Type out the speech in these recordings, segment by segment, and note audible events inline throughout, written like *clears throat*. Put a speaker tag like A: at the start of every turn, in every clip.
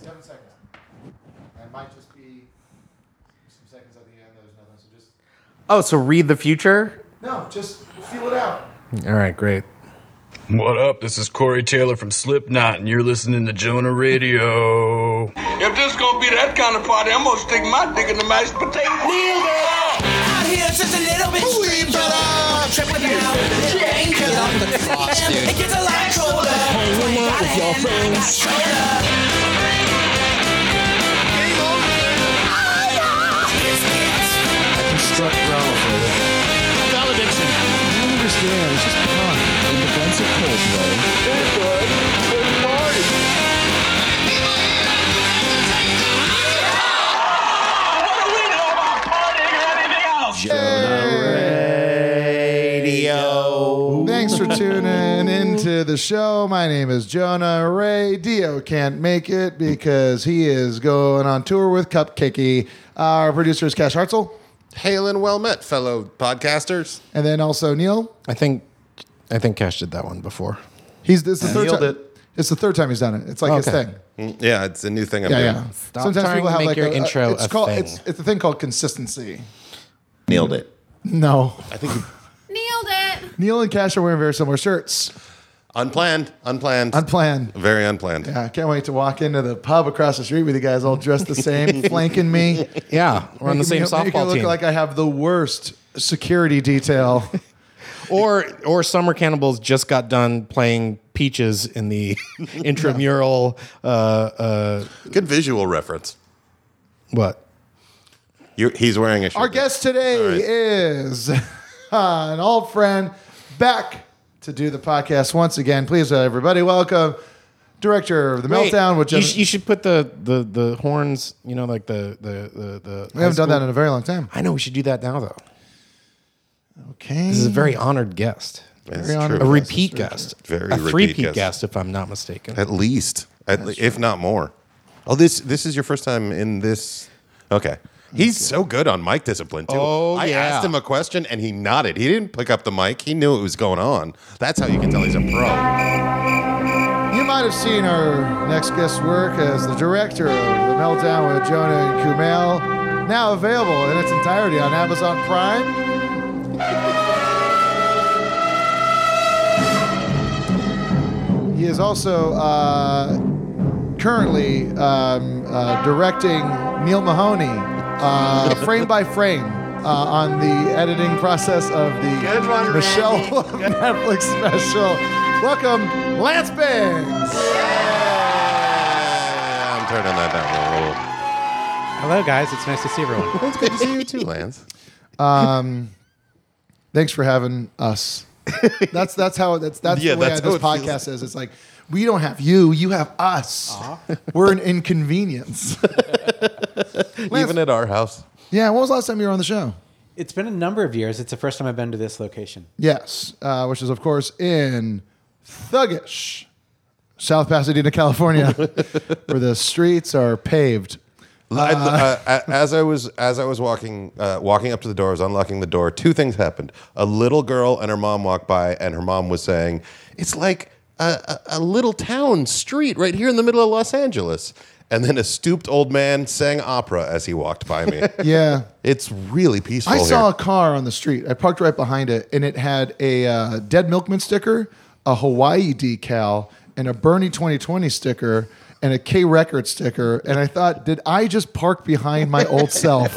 A: seven seconds. And it might just be some seconds at the end. There's nothing. So just
B: Oh, so read the future?
A: no, just feel it out.
B: All right, great.
C: What up? This is Corey Taylor from Slipknot, and you're listening to Jonah Radio.
D: If this gonna be that kind of party, I'm gonna stick my dick in the mashed potato.
E: Out here, it's just a little bit street, but uh, triple down. Drink it up. It gets a lot colder. Hanging out with your friends.
D: What do we know about partying or anything else?
B: Radio.
A: Thanks for tuning into the show. My name is Jonah Ray. Dio can't make it because he is going on tour with Cupcakey. Our producer is Cash Hartzell,
F: Hail and well met, fellow podcasters.
A: and then also Neil.
F: I think, I think Cash did that one before.
A: He's this is the third
B: Neil
A: time.
B: did.
A: It's the third time he's done it. It's like his
F: Okay.
A: thing.
F: Yeah, it's a new thing I'm
A: Yeah,
F: doing.
A: yeah.
F: Stop
A: Sometimes
F: trying
A: people
F: to
A: have
F: make
A: like
F: your
A: a,
F: intro
A: It's
F: a
A: called
F: thing.
A: it's it's a thing called consistency.
F: Nailed it.
A: No,
F: I think you-
G: Nailed it.
A: Neil and Cash are wearing very similar shirts.
F: unplanned, unplanned,
A: Unplanned.
F: very unplanned.
A: I can't wait to walk into the pub across the street with you guys all dressed the
F: *laughs*
A: same, flanking me.
F: Yeah,
A: We're
F: *laughs*
A: on the same softball look like I have the worst security detail.
F: *laughs* or or summer cannibals just got done playing peaches in *laughs* the intramural. uh, uh, Good visual reference. What? You're, he's wearing a shirt.
A: Our guest today
F: right.
A: is *laughs* an old friend back to do the podcast once again. Please, uh, everybody, welcome director of the
F: Wait,
A: Meltdown. Which
F: you, sh- you should put the, the the horns. You know, like the the the. the
A: we haven't done that in a very long time.
F: I know we should do that now, though.
A: Okay,
F: This is a very honored guest,
A: Very honored
F: a
A: guest,
F: repeat
A: that's
F: guest,
H: Very
F: a
H: repeat
F: three-peat guest.
H: guest.
F: if I'm not mistaken.
H: At least, at le- if not more. Oh, this this is your first time in this. Okay. He's so good on mic discipline too.
F: Oh,
H: I
F: yeah.
H: asked him a question and he nodded. He didn't pick up the mic. He knew it was going on. That's how you can tell he's a pro.
A: You might have seen our next guest's work as the director of The Meltdown with Jonah and Kumail, now available in its entirety on Amazon Prime. He is also uh, currently um, uh, directing Neil Mahoney, uh, frame by frame, uh, on the editing process of the Michelle *laughs* Netflix special. Welcome, Lance Bangs.
H: Yeah, I'm turning that down a little.
I: Hello, guys. It's nice to see everyone.
H: Well, it's good to see you too, Lance.
A: Thanks for having
H: *laughs*
A: us. that's that's how that's that's
H: Yeah,
A: the way
H: that's
A: this
H: how it feels.
A: podcast is. It's like we don't have you, you have us.
H: Uh-huh.
A: *laughs* We're an
H: *laughs*
A: inconvenience. Lance-
H: *laughs* Even at our house.
A: yeah, when was the last time you were on the show?
I: It's been a number of years. It's the first time I've been to this location.
A: Yes, uh, which is of course in Thuggish, South Pasadena,
H: *laughs*
A: California, where the streets are paved.
H: I- uh, a- as I was as I was walking uh, walking up to the door, I was unlocking the door. Two things happened: a little girl and her mom walked by, and her mom was saying, "It's like a, a, a little town street right here in the middle of Los Angeles." And then a stooped old man sang opera as he walked by *laughs* me.
A: Yeah.
H: it's really peaceful.
A: I
H: here.
A: saw a car on the street. I parked right behind it, and it had a uh, Dead Milkman sticker, a Hawaii decal, and a Bernie 2020 sticker, and a K Record sticker. And I thought, did I just park behind my old self?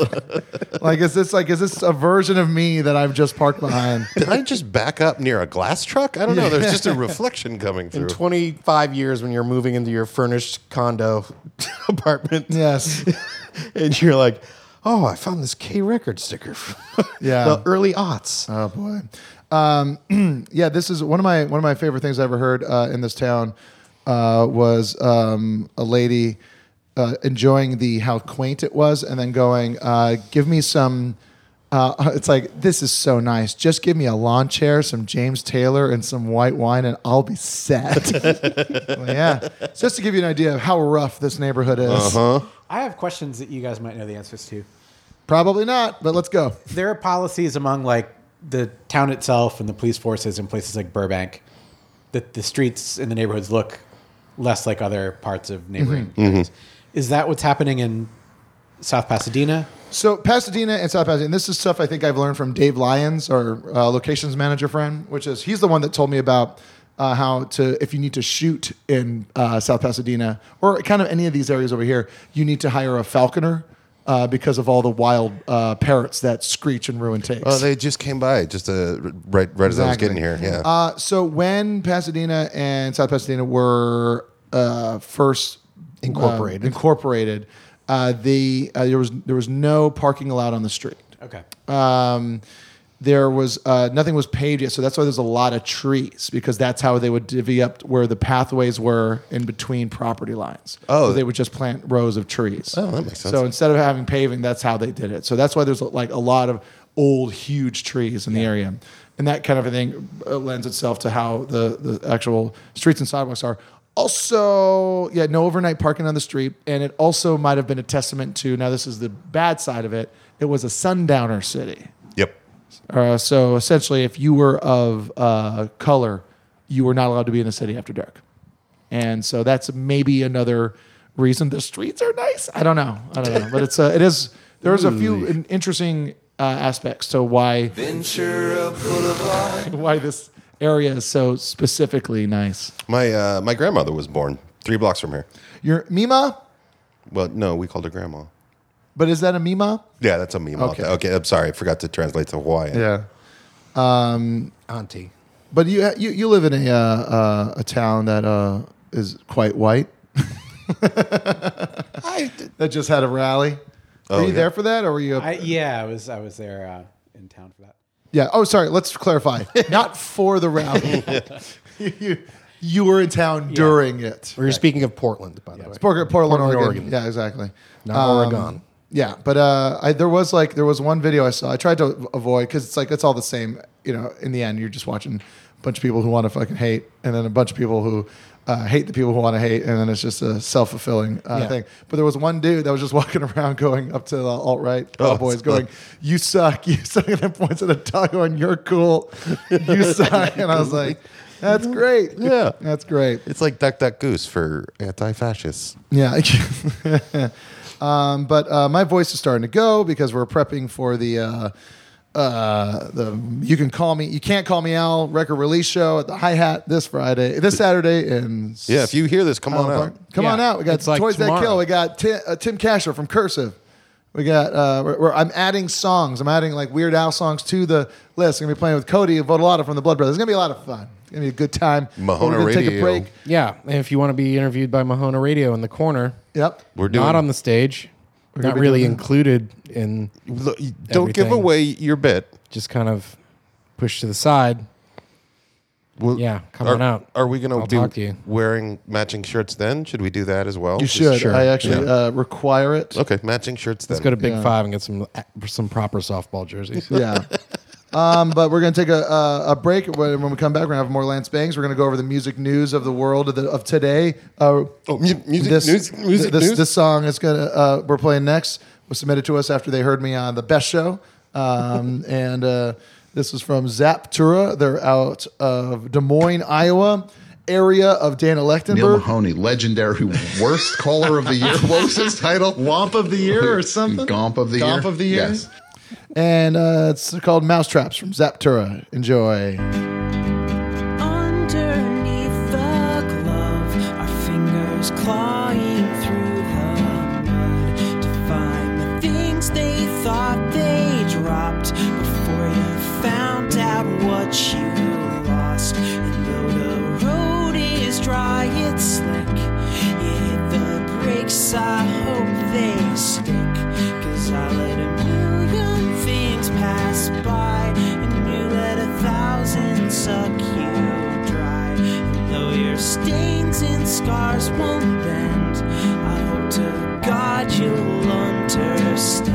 A: like, is this like is this a version of me that I've just parked behind?
H: Did I just back up near a glass truck? I don't know. There's *laughs* just a reflection coming
F: In
H: through.
F: 25 years, when you're moving into your furnished condo *laughs* apartment,
A: yes.
F: *laughs* and you're like, "Oh, I found this K record sticker from *laughs*
A: Yeah.
F: the early aughts."
A: Oh boy. Um, *clears throat* yeah, this is one of my one of my favorite things I ever heard uh, in this town uh, was um, a lady uh, enjoying the how quaint it was, and then going, uh, "Give me some." Uh, *laughs* it's like this is so nice. Just give me a lawn chair, some James Taylor, and some white wine, and I'll be set. *laughs* Well, yeah, It's just to give you an idea of how rough this neighborhood is.
I: I have questions that you guys might know the answers to.
A: Probably not, but let's go.
I: There are policies among like the town itself and the police forces in places like Burbank that the streets in the neighborhoods look less like other parts of neighboring. areas.
J: Is that what's happening in South Pasadena?
A: So Pasadena and South Pasadena, and this is stuff I think I've learned from Dave Lyons, our uh, locations manager friend, which is he's the one that told me about uh, how to if you need to shoot in uh, South Pasadena or kind of any of these areas over here, you need to hire a falconer uh, because of all the wild uh, parrots that screech and ruin takes.
H: Oh, they just came by just uh, right right as I was getting
A: Exactly.
H: here. Yeah.
A: Uh, so when Pasadena and South Pasadena were uh, first
F: Incorporated.
A: um, incorporated, uh, the uh, there was there was no parking allowed on the street.
J: Okay.
A: Um, there was uh, nothing was paved yet, so that's why there's a lot of trees because that's how they would divvy up where the pathways were in between property lines.
H: Oh.
A: So they would just plant rows of trees.
H: Oh, that makes sense.
A: So instead of having paving, that's how they did it. So that's why there's like a lot of old, huge trees in the area, and that kind of thing uh, lends itself to how the the actual streets and sidewalks are. Also, yeah, no overnight parking on the street, and it also might have been a testament to. Now, this is the bad side of it. It was a sundowner city.
H: yep.
A: Uh, so essentially, if you were of uh, color, you were not allowed to be in the city after dark. And so that's maybe another reason the streets are nice. I don't know. I don't know. But it's uh, it is there's a few in- interesting uh, aspects to why *laughs* why this area is so specifically nice.
H: My uh, my grandmother was born three blocks from here.
A: Your Mima,
H: Well, no, we called her grandma.
A: but is that a Mima?
H: Yeah, that's a meme.
A: Okay.
H: Okay. okay, I'm sorry, I forgot to translate to Hawaiian.
A: Yeah.
F: Uh, Auntie.
A: But you you, you live in a uh, uh, a town that uh, is quite white. that just had a rally. were you
H: yeah.
A: there for that, or were you?
J: I, yeah, I was I was there uh, in town for that.
A: yeah. Oh, sorry. Let's clarify. Not for the
I: *laughs*
A: rally. you, you you were in town during it.
F: We were speaking of Portland, Um, by the way.
A: Portland, Portland Oregon.
F: Oregon.
A: Yeah, exactly.
F: Not Oregon.
A: Yeah, but uh, I, there was like there was one video I saw. I tried to avoid because it's like it's all the same. You know, in the end, you're just watching a bunch of people who want to fucking hate, and then a bunch of people who uh, hate the people who want to hate, and then it's just a self fulfilling uh,
F: Yeah.
A: thing. But there was one dude that was just *laughs* walking around, going up to the alt right cowboys,
H: it's-
A: going, "You suck, *laughs* you suck," and then points at a dog, going, "You're cool, you suck," and I was like, "That's great,
H: Yeah.
A: that's great."
H: It's like Duck Duck Goose for anti-fascists.
A: Yeah. *laughs* um, but uh, my voice is starting to go because we're prepping for the uh, uh, the you can call me you can't call me Al record release show at the Hi Hat this Friday this Saturday and
H: Yeah, if you hear this, come on out.
A: Come on
F: Yeah.
A: out. We got
F: It's like
A: Toys That
F: tomorrow.
A: Kill. We got Tim, uh, Tim Casher from Cursive. We got. Uh, we're, we're- I'm adding songs. I'm adding like Weird Al songs to the list. I'm gonna be playing with Cody Vodolata from the Blood Brothers. It's gonna be a lot of fun. It's gonna be a good time. But we're
H: Mahona
A: gonna take a
H: Radio.
A: break.
F: Yeah. And if you want to be interviewed by Mahona Radio in the corner,
A: Yep.
H: We're doing.
F: not on the stage, not
A: gonna be
F: really
A: doing-
F: included in
H: Look, you don't give
F: Everything.
H: away your bit.
F: just kind of pushed to the side.
H: Well,
F: Yeah, come
H: are,
F: on out.
H: Are we gonna
F: I'll
H: do
F: talk to you.
H: wearing matching shirts? Then should we do that as well?
A: You
H: Just-
A: should.
F: sure.
A: I actually uh, require it.
H: Okay, matching shirts. Then
F: Let's go to Big
A: Yeah.
F: Five and get some some proper softball jerseys.
A: Yeah. Um, but we're going to take a, a, a break. When, when we come back, we're going to have more Lance Bangs. We're going to go over the music news of the world of, the, of today. Uh,
H: oh, mu- music
A: this,
H: news. Music
A: this,
H: news.
A: this song is going to, uh, we're playing next, was submitted to us after they heard me on The Best Show. Um, *laughs* and uh, this is from Zaptura. They're out of Des Moines, Iowa, area of Dana
K: Neil
A: Lechtenberg.
K: Mahoney, legendary
A: *laughs*
K: worst caller of the year. What was his title? Womp of the year or something? Gomp of the year.
A: Gomp of the year?
K: Yes.
A: And uh, it's called Mousetraps from Zaptura. Enjoy.
I: Underneath the glove, our fingers clawing through the mud to find the things they thought they dropped before you found out what you lost. And though the road is dry, it's slick. You hit the brakes, I hope they stick. Cause I let a million things pass by, and you let a thousand suck you dry. And though your stains and scars won't bend, I hope to God you'll understand.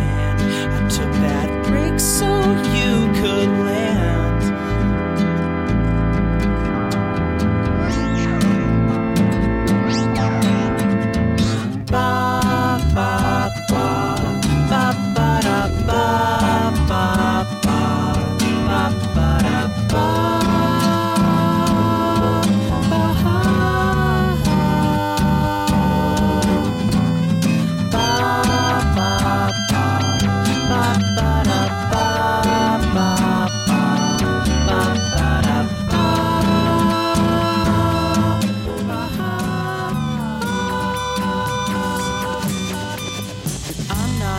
I: I took that break so you could land. ba ba ba ba ba da ba ba ba ba ba da ba ba ha ha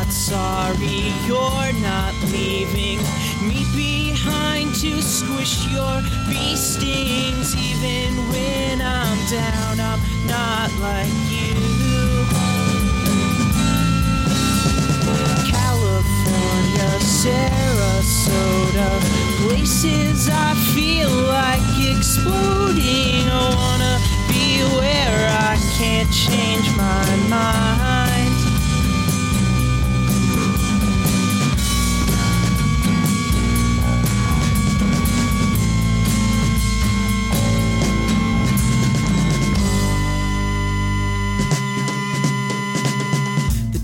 I: sorry you're not leaving me behind to squish your bee stings. Even when I'm down, I'm not like you. California, Sarasota, places I feel like exploding. I wanna be where I can't change my mind.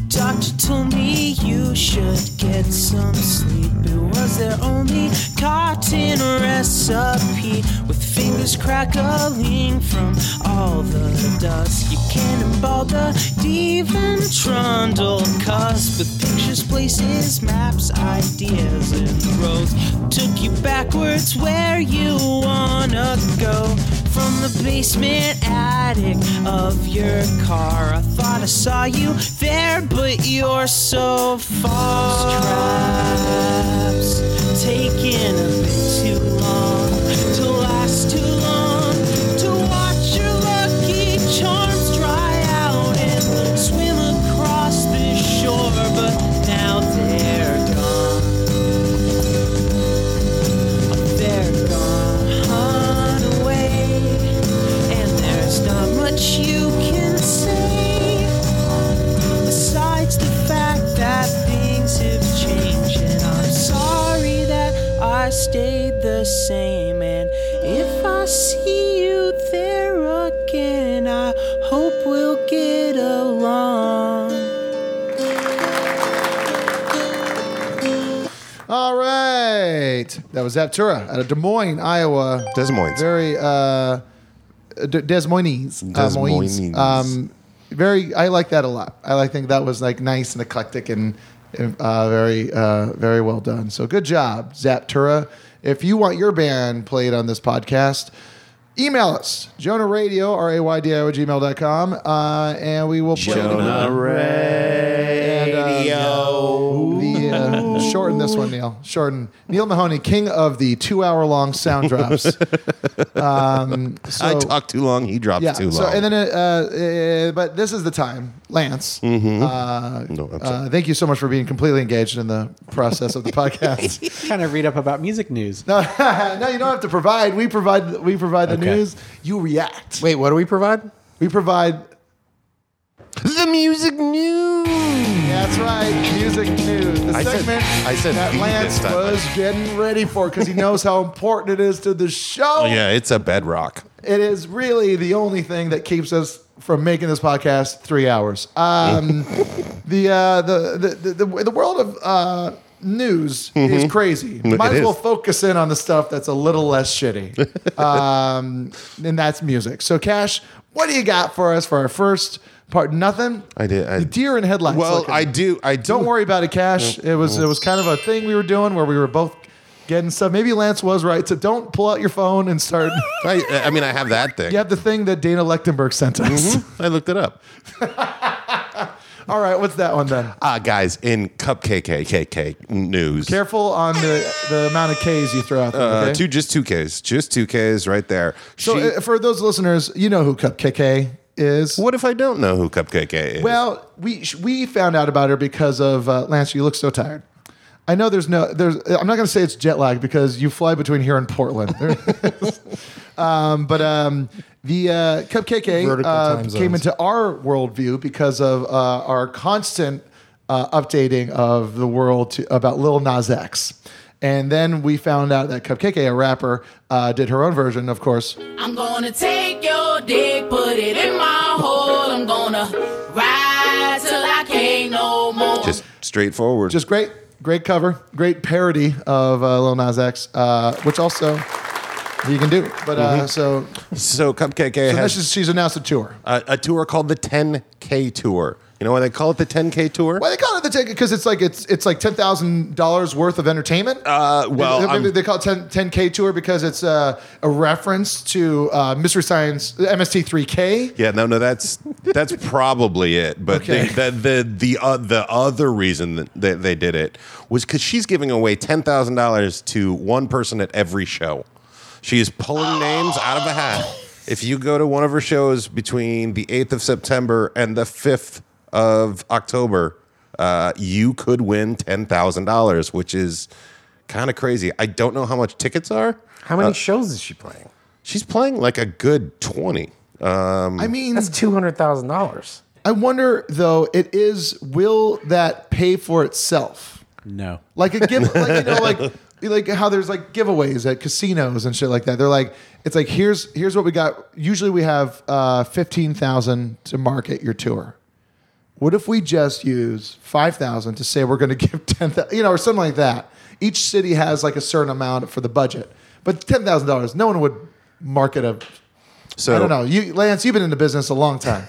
I: Doctor told me you should get some sleep. It was their only cotton recipe. With fingers crackling from all the dust, you cannonball the Devon Trundle cusp. With pictures, places, maps, ideas, and roads. Took you backwards where you wanna go. From the basement attic of your car, I thought I saw you there, but you're so far. Traps taking a bit too long to last too long to watch your lucky charms dry out and swim across the shore, but now they're gone. They're gone away. And there's not much you can say besides the fact that things have changed. And I'm sorry that I stayed the same. And if I see you there again, I hope we'll get along.
A: All right. That was Zaptura out of Des Moines, Iowa.
H: Des Moines.
A: Very uh, D- Des Moines. uh,
H: Des
A: Moines.
H: Moines.
A: Um, very. I like that a lot. I like think that was like nice and eclectic and uh, very uh, very well done. So good job, Zaptura. If you want your band played on this podcast, email us Jonah Radio R A Y D I O gmail.com, uh, and we will play
L: Jonah
A: Radio. the, uh, shorten this one, Neil. Shorten Neil Mahoney, king of the two-hour-long sound
H: *laughs*
A: drops. um, so,
H: I talk too long. He drops
A: yeah.
H: too long.
A: So and then, uh, uh, but this is the time, Lance.
H: Mhm.
A: Uh,
H: No, I'm
A: uh, thank you so much for being completely engaged in the process of the podcast.
H: *laughs*
M: Kind of read up about music news.
A: No, *laughs* no, you don't have to provide. We provide. We provide the
M: Okay.
A: news. You react. Wait, what do we provide? We provide
H: the music news.
A: That's right, music news. The
H: I said-
A: segment
H: I said
A: that
H: we
A: Lance
H: this time.
A: was getting ready for because he knows how important it is to the show.
H: Oh, yeah, it's a bedrock.
A: It is really the only thing that keeps us from making this podcast three hours.
H: *laughs*
A: Um, the, uh, the, the, the, the, the world of uh, news
H: Mhm.
A: is crazy.
H: It
A: Might as well
H: is.
A: focus in on the stuff that's a little less
H: *laughs*
A: shitty. um, and that's music. So, Cash, what do you got for us for our first part? Nothing?
H: I did. I,
A: The deer in headlights.
H: Well,
A: looking.
H: I Mm-hmm. do- I do-
A: Don't *laughs* worry about it, Cash.
H: Yeah.
A: It was
H: Yeah.
A: it was kind of a thing we were doing where we were both getting stuff. Maybe Lance was right. So don't pull out your phone and
H: *laughs*
A: start.
H: I, I mean, I have that thing.
A: you have the thing that Dana Lechtenberg sent us.
H: I looked it up.
A: *laughs* All right, what's that one then?
H: Ah, guys, in cupcake news.
A: Careful on the the amount of K's you throw out there.
H: Uh,
A: okay?
H: two, just two Ks, just two Ks, right there.
A: so uh, for those listeners, you know who Cupcake K is.
H: What if I don't know who Cupcake K is?
A: Well, we sh- we found out about her because of uh, Lance. You look so tired. I know there's no there's. uh, I'm not going to say it's jet lag because you fly between here and Portland. *laughs* um, but um, the uh, Cupcake
F: Vertical
A: uh,
F: time
A: came
F: zones.
A: into our worldview because of uh, our constant uh, updating of the world to, about Lil Nas X. And then we found out that Cupcake, a rapper, uh, did her own version, of course.
N: I'm gonna take your dick, put it in my hole. I'm gonna ride till I can't no more.
H: Just straightforward.
A: Just great, great cover, great parody of uh, Lil Nas X, uh, which also you can do. But uh,
H: Mhm.
A: so,
H: so Cupcake K
A: so
H: has
A: this is, she's announced a tour.
H: a, a tour called the 10K Tour. You know why they call it the 10K tour?
A: Why they call it the ticket? Because it's like it's it's like ten thousand dollars worth of entertainment.
H: Uh, well,
A: Maybe
H: I'm-
A: they call it 10, 10K tour because it's uh, a reference to uh, Mystery Science MST3K.
H: Yeah, no, no, that's
A: *laughs*
H: that's probably it. But
A: Okay.
H: the the the the, uh, the other reason that they, they did it was because she's giving away ten thousand dollars to one person at every show. She is
A: *gasps*
H: pulling names out of a hat. If you go to one of her shows between the eighth of September and the fifth of October, uh, you could win ten thousand dollars, which is kind of crazy. I don't know how much tickets are.
B: How many
H: Uh,
B: shows is she playing?
H: She's playing like a good twenty. Um,
A: I mean,
B: That's two hundred thousand dollars.
A: I wonder though, it is will that pay for itself?
I: No.
A: Like a give, like, you know, like like how there's like giveaways at casinos and shit like that. They're like, it's like here's here's what we got. Usually we have uh, fifteen thousand to market your tour. What if we just use five thousand to say we're going to *laughs* give ten thousand, you know, or something like that? Each city has like a certain amount for the budget, but ten thousand dollars, no one would market a.
H: So-
A: I don't know, you Lance, you've been in the business a long time.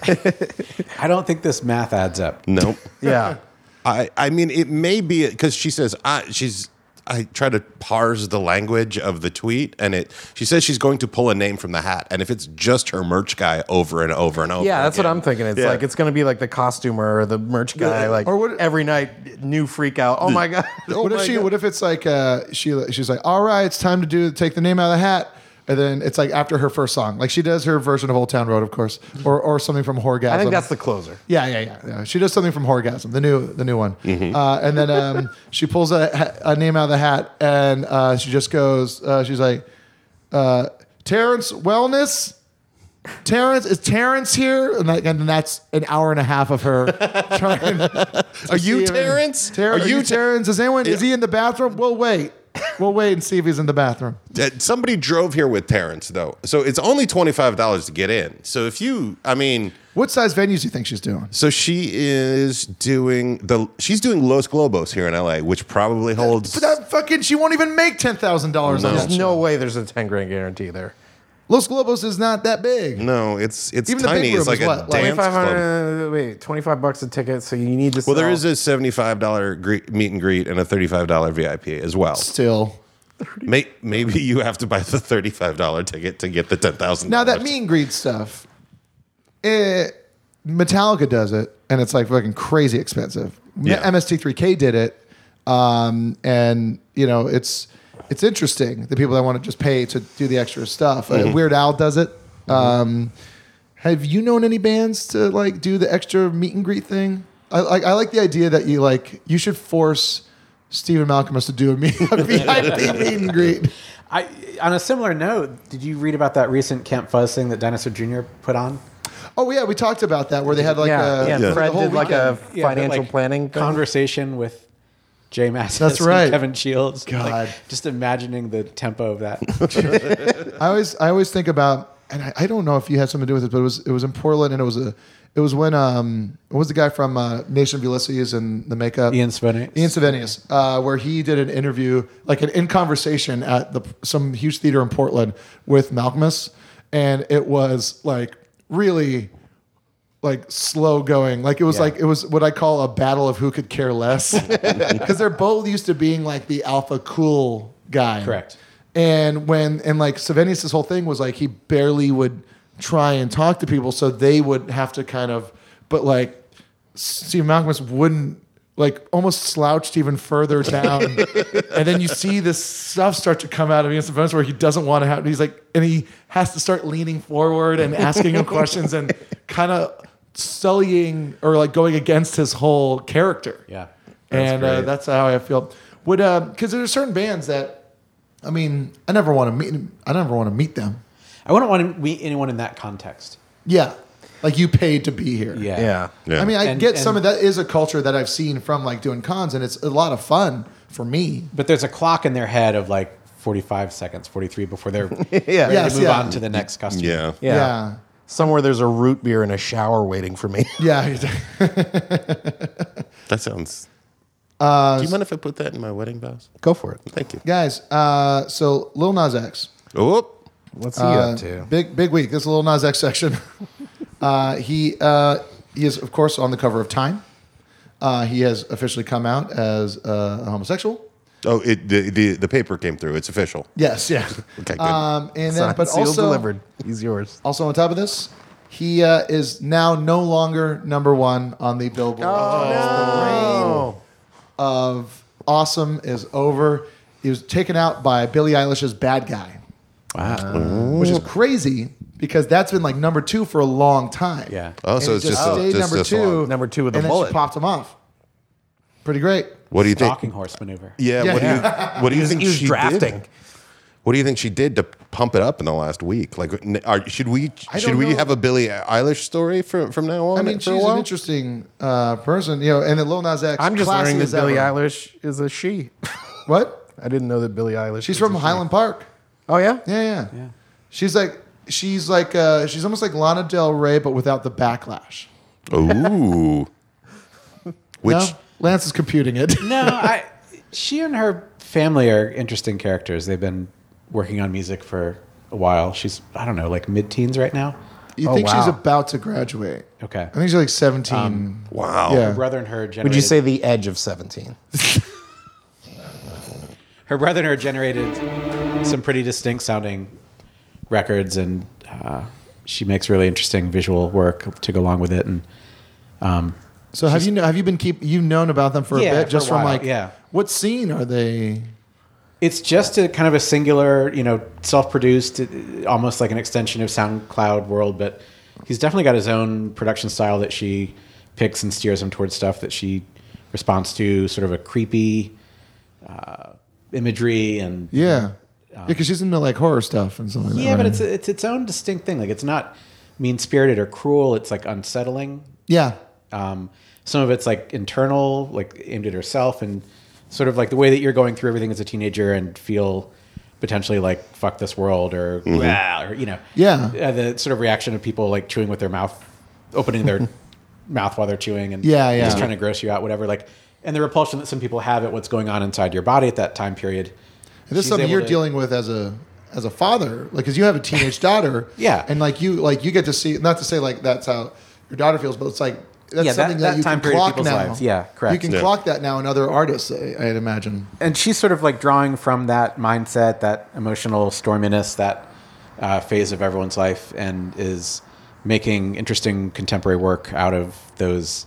I: I don't think this math adds up.
H: Nope.
A: *laughs* Yeah.
H: I I mean it may be because she says I she's I try to parse the language of the tweet and it she says she's going to pull a name from the hat and if it's just her merch guy over and over and over *laughs*
B: yeah, that's what I'm thinking. It's
H: Yeah.
B: like it's gonna be like the costumer or the merch guy, like or every night new freak out. Oh my god!
A: *laughs* what if she? What if it's like uh, she? She's like, all right, it's time to do take the name out of the hat, and then it's like after her first song, like she does her version of Old Town Road, of course, or or something from Horgasm.
B: I think that's the closer.
A: Yeah, yeah, yeah, yeah. She does something from Horgasm, the new the new one, uh, and then um, she pulls a, a name out of the hat, and uh, she just goes, uh, she's like, uh, Terrence Wellness. Terrence is Terrence here, and, like, and that's an hour and a half of her trying. to
H: Are you
A: see if-
H: Terrence?
A: Ter-
H: Are
A: are,
H: you
A: you,
H: Ter-
A: Terrence? Is anyone? Is he in the bathroom? We'll wait. We'll wait and see if he's in the bathroom.
H: Uh, somebody drove here with Terrence though so it's only twenty five dollars to get in so if you I mean
A: What size venues do you think she's doing?
H: so she is doing the she's doing Los Globos here in L A which probably holds
A: But that Uh, fucking she won't even make ten thousand dollars on
H: No.
A: that.
B: There's no way there's a ten grand guarantee there.
A: Los Globos is not that big.
H: no it's it's
A: Even the big
H: tiny
A: room
H: it's like
A: is
H: a
A: what, like
H: dance club.
B: 2500 wait 25 bucks a ticket so you need to
H: Well, there
B: sell-
H: is a seventy-five dollar gre- meet and greet and a thirty-five dollar VIP as well.
A: Still,
H: May- maybe you have to buy the thirty-five dollar ticket to get the ten thousand.
A: now that mean greed stuff, eh, Metallica does it, and it's like fucking crazy expensive.
H: Yeah.
A: MST3K did it, um, and you know it's it's interesting the people that want to just pay to do the extra stuff. Uh,
H: Mhm.
A: Weird Al does it. Um, have you known any bands to like do the extra meet and greet thing? I like I like the idea that you like you should force Stephen Malcolmus to do a *laughs* meet a VIP meet and greet.
B: *laughs*
I: I, on a similar note, did you read about that recent Camp Fuzz thing that Dinosaur Jr. put on?
A: Oh yeah, we talked about that where they had like
B: Yeah,
A: a
B: yeah,
A: the
B: Fred
A: whole
B: did, like, a
A: weekend.
I: Yeah, but,
B: Financial planning thing?
I: conversation with Jay Massis.
A: That's right.
I: And Kevin Shields.
A: God.
I: just imagining the tempo of that. *laughs*
A: I always I always think about and I, I don't know if you had something to do with it, but it was it was in Portland and it was a it was when um what was the guy from uh, Nation of Ulysses and the makeup
I: Ian Svenius.
A: Ian Savinius, uh, where he did an interview like an in conversation at the some huge theater in Portland with Malcolmus and it was like really like slow going like it was like it was what i call a battle of who could care less *laughs* because they're both used to being like the alpha cool guy
I: Correct.
A: and when and like Savenius' whole thing was like he barely would try and talk to people, so they would have to kind of, but like Steve Malcolmus wouldn't like almost slouched even further down, and then you see this stuff start to come out of him Savenius where he doesn't want to have. He's like, and he has to start leaning forward and asking him questions and kind of sullying or like going against his whole character
I: yeah.
A: and uh, that's how I feel. Would because there are certain bands that, I mean, I never want to meet. I never want to meet them.
I: I wouldn't want to meet anyone in that context.
A: Yeah, like you paid to be here.
I: Yeah. *laughs*
H: Yeah.
A: I mean, I
I: And-
A: get
I: and-
A: some of that is a culture that I've seen from like doing cons, and it's a lot of fun for me.
I: But there's a clock in their head of like 45 seconds, 43
B: *laughs*
I: before they're ready
B: yeah.
A: Yes,
I: to move
A: yeah.
I: on to the next customer.
H: yeah.
B: yeah
A: Yeah.
B: somewhere there's a root beer in a shower waiting for me
A: Yeah, *laughs*
H: that sounds.
A: Uh,
H: Do you mind if I put that in my wedding vows?
B: go for it
H: Thank you.
A: guys. Uh, so Lil Nas X.
H: Oh,
B: what's he
A: Uh,
B: up to
A: *laughs* Big big week. This is a little Nas X section. uh, he uh, He is, of course, on the cover of Time. Uh, he has officially come out as uh, a homosexual.
H: Oh, it, the, the the paper came through. It's official.
A: Yes, yeah.
H: Okay, good.
A: Um, and then,
H: Signed,
A: but
H: sealed,
A: also
H: delivered.
A: He's yours. Also on top of this, he uh, is now no longer number one on the Billboard. Oh, The reign of awesome is over. He was taken out by Billie Eilish's "Bad Guy," uh, which is crazy because that's been like number two for a long time. Yeah.
H: Oh, so it's just a-
A: stayed
H: just
A: number
H: this
A: two,
H: long. Number two with
A: and
H: a
A: then she
H: bullet.
A: popped him off. Pretty great.
H: What do you think?
I: Stalking horse maneuver.
H: Yeah,
A: Yeah.
H: What do
A: Yeah.
H: you What do
A: He
H: you
A: was-
H: think
A: he was
H: she
A: drafting.
H: did? What do you think she did to pump it up in the last week? Like, n- are, should we should we
A: know.
H: have a Billie Eilish story from from now on?
A: I mean,
H: for
A: she's
H: a while?
A: an interesting uh, person, you know. And then Lil Nas X.
B: I'm just
A: classy
B: learning that
A: as ever.
B: Billie Eilish is a she.
A: What?
B: I didn't know that Billie Eilish.
A: She's
B: was
A: from
B: a she.
A: Highland Park.
B: Oh yeah,
A: yeah, yeah. She's like she's like uh, she's almost like Lana Del Rey, but without the backlash. *laughs*
H: Ooh. Which
A: No? Lance is computing it. *laughs*
I: No, I. She and her family are interesting characters. They've been working on music for a while. She's I don't know, like mid-teens right now.
H: Oh,
A: You think she's about to graduate?
I: Okay. I
A: think she's like seventeen.
I: Um,
B: Wow.
I: Her brother and her generated.
B: Would you say the edge of 17?
I: her brother and her generated some pretty distinct sounding records, and uh, she makes really interesting visual work to go along with it. And um,
A: So have you kn- have you been keep you known about them for
I: Yeah,
A: a
I: for
A: bit? Just
I: a
A: from
I: while,
A: like
I: yeah.
A: what scene are they?
I: It's just a kind of a singular, you know, self-produced, uh, almost like an extension of SoundCloud world. But he's definitely got his own production style that she picks and steers him towards stuff that she responds to, sort of a creepy uh, imagery and
A: Yeah,
I: Um,
A: because she's into like horror stuff and something. like
I: yeah.
A: that,
I: But
A: right?
I: it's it's its own distinct thing. Like it's not mean-spirited or cruel. It's like unsettling.
A: yeah.
I: Um, some of it's like internal, like aimed at herself, and sort of like the way that you're going through everything as a teenager and feel potentially like "fuck this world" or
A: Mhm.
I: "Wow," or you know,
A: Yeah.
I: uh, the sort of reaction of people like chewing with their mouth,
A: *laughs*
I: opening their mouth while they're chewing, and
A: Yeah, yeah.
I: just trying to gross you out, whatever. Like, and the repulsion that some people have at what's going on inside your body at that time period.
A: And this
I: She's
A: is something
I: able
A: you're
I: to-
A: dealing with as a as a father, like because you have a *laughs* teenage daughter.
I: Yeah.
A: and like you like you get to see not to say like that's how your daughter feels, but it's like that's
I: Yeah, that-
A: something that,
I: that
A: you
I: time
A: can
I: period of
A: clock
I: people's
A: now.
I: lives. Yeah, correct.
A: You can
I: Yeah.
A: clock that now in other artists, I, I'd imagine.
I: and she's sort of like drawing from that mindset, that emotional storminess, that uh, phase of everyone's life, and is making interesting contemporary work out of those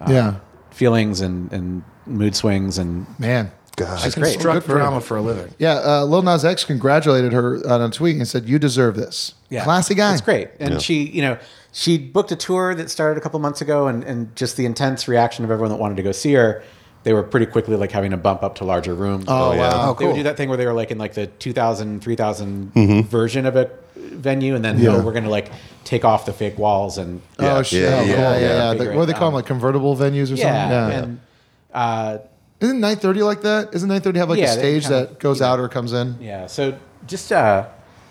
I: uh,
A: Yeah.
I: feelings and, and mood swings and
A: Man,
I: she's great.
B: construct drama for a living.
A: Yeah, uh, Lil Nas X congratulated her on a tweet and said, "You deserve this." classy guy.
I: It's great, and
A: Yeah.
I: she, you know, she booked a tour that started a couple months ago, and and just the intense reaction of everyone that wanted to go see her. They were pretty quickly like having to bump up to larger rooms.
A: Oh, Oh, yeah. wow.
I: Um, They would
A: Cool.
I: do that thing where they were like in like the 2,000, 3,000
A: Mhm.
I: version of a venue, and then
A: Yeah.
I: no, we're going to like take off the fake walls and
A: Oh shit! Yeah, yeah, yeah. The- what do they call them? Like convertible venues or something?
I: yeah, and uh,
A: Isn't 930 like that? Isn't 930 have like
I: Yeah,
A: a
I: they
A: stage
I: kinda-
A: that goes out or comes in?
I: Yeah. So just uh,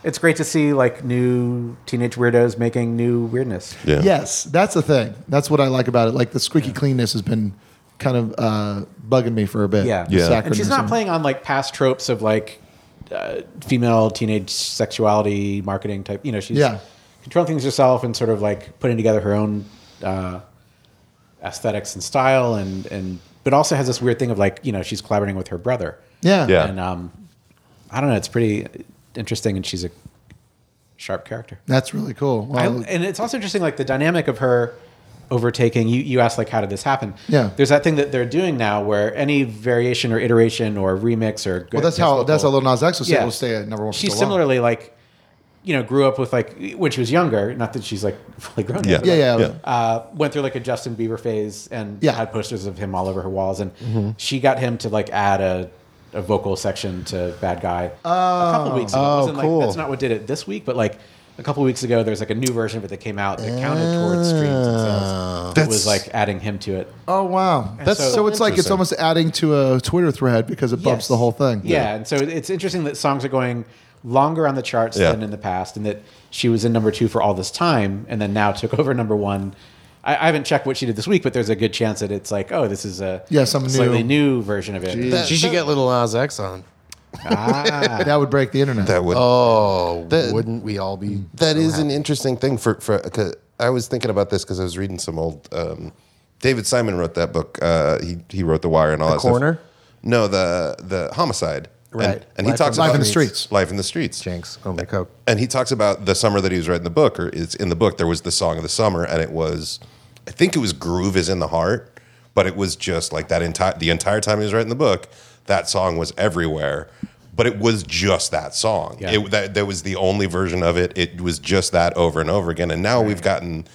I: it's great to see like new teenage weirdos making new weirdness.
A: Yes, that's the thing. That's what I like about it. Like the squeaky cleanness has been kind of uh, bugging me for a bit.
I: Yeah.
A: The
I: And she's not
A: sacralism.
I: playing on like past tropes of like uh, female teenage sexuality marketing type. You know, she's
A: Yeah.
I: controlling things herself and sort of like putting together her own uh, aesthetics and style, and and but also has this weird thing of like you know she's collaborating with her brother.
A: Yeah. Yeah.
I: And um, I don't know. It's pretty interesting, and she's a sharp character.
A: That's really cool.
I: I-
A: Well,
I: and it's also interesting, like the dynamic of her overtaking. You you asked like, how did this happen?
A: Yeah.
I: There's that thing that they're doing now, where any variation or iteration or remix or
A: well, that's how that's how Lil Nas X was
I: Yeah.
A: able to stay at number one. For
I: She
A: so long.
I: similarly like, you know, grew up with like when she was younger. Not that she's like fully grown.
A: Yeah.
I: up, but, like,
A: Yeah, yeah, yeah.
I: Uh, went through like a Justin Bieber phase and
A: Yeah.
I: had posters of him all over her walls, and
A: Mhm.
I: she got him to like add a. A vocal section to Bad Guy a couple
A: Oh.
I: weeks ago. It
A: Oh,
I: wasn't, like,
A: cool.
I: that's not what did it this week, but like a couple weeks ago, there's like a new version of it that came out that counted towards streams and sales. That
A: That's-
I: was like adding him to it.
A: Oh wow!
I: And
A: That's so,
I: so-
A: it's like it's
I: Interesting.
A: almost adding to a Twitter thread because it bumps the whole thing.
I: Yeah. and so it's interesting that songs are going longer on the charts
A: Yeah.
I: than in the past, and that she was in number two for all this time, and then now took *laughs* over number one. I, I haven't checked what she did this week, but there's a good chance that it's like, oh, this is a
A: Yeah, some
I: slightly
A: new-
I: new, version of it.
A: Jeez. She should
B: get Little Nas X on.
I: Ah.
A: that would break the internet.
H: That would.
F: Oh,
B: Oh, wouldn't we all be?
H: That is an interesting thing for for 'cause I was thinking about this because I was reading some old. Um, David Simon wrote that book. Uh, he he wrote The Wire and all
F: The
H: that. stuff.
F: Corner?
H: No, the the homicide.
F: Right.
H: And, and he
F: Life
H: talks
F: on the
H: about
F: Streets.
H: Life in the streets.
F: Jinx. Oh my god.
H: And he talks about the summer that he was writing the book, or it's in the book. There was the song of the summer, and it was, I think it was "Groove Is in the Heart," but it was just like that entire the entire time he was writing the book, that song was everywhere. But it was just that song.
O: Yeah.
H: It, that, that was the only version of it. It was just that over and over again. And now we've gotten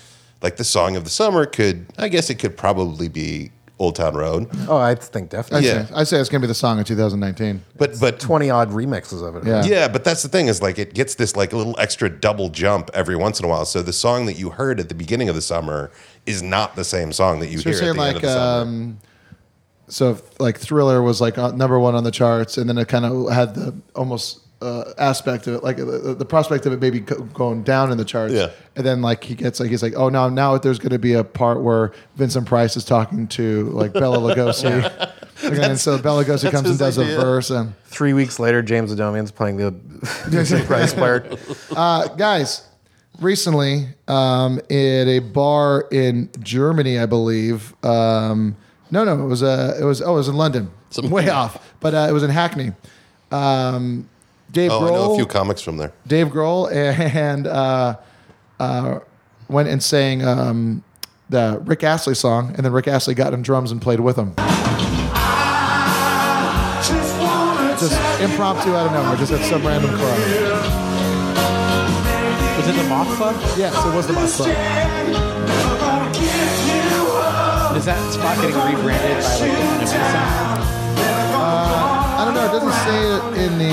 H: like the song of the summer could, I guess it could probably be Old Town Road.
F: Oh, I think
A: I
F: definitely.
A: yeah. say, I say it's going to be the song of 2019.
H: But but
F: twenty odd remixes of it.
H: Yeah. but that's the thing is like it gets this like little extra double jump every once in a while. So the song that you heard at the beginning of the summer is not the same song that you
A: So
H: hear
A: you're
H: at the
A: saying
H: end
A: like,
H: of the summer.
A: um, so if, like Thriller was like uh, number one on the charts, and then it kind of had the almost uh, aspect of it, like uh, the, the prospect of it maybe go, going down in the charts.
H: Yeah.
A: And then like he gets like he's like, oh now now there's going to be a part where Vincent Price is talking to like Bella Lugosi,
F: *laughs* Yeah.
A: Like, *laughs* and so Bella Lugosi
F: that's
A: comes and
F: his
A: does
F: idea.
A: a verse and.
F: Three weeks later, James Adomian's
B: *laughs*
F: playing the Vincent Price part.
A: uh, guys, recently um, at a bar in Germany, I believe. Um, no, no, it was uh, it was oh, it was in London. Way off, but uh, it was in Hackney. Um, Dave
H: oh, I know
A: Grohl,
H: a few comics from there.
A: Dave Grohl, *laughs* and uh, uh, went and sang um, the Rick Astley song, and then Rick Astley got him drums and played with him. Just impromptu out of nowhere, just at some random club.
I: Was it the Moth Club?
A: Yes, it was the Moth Club.
I: Is that spot getting rebranded by like an event center?
A: Uh, I don't know. It doesn't say it in the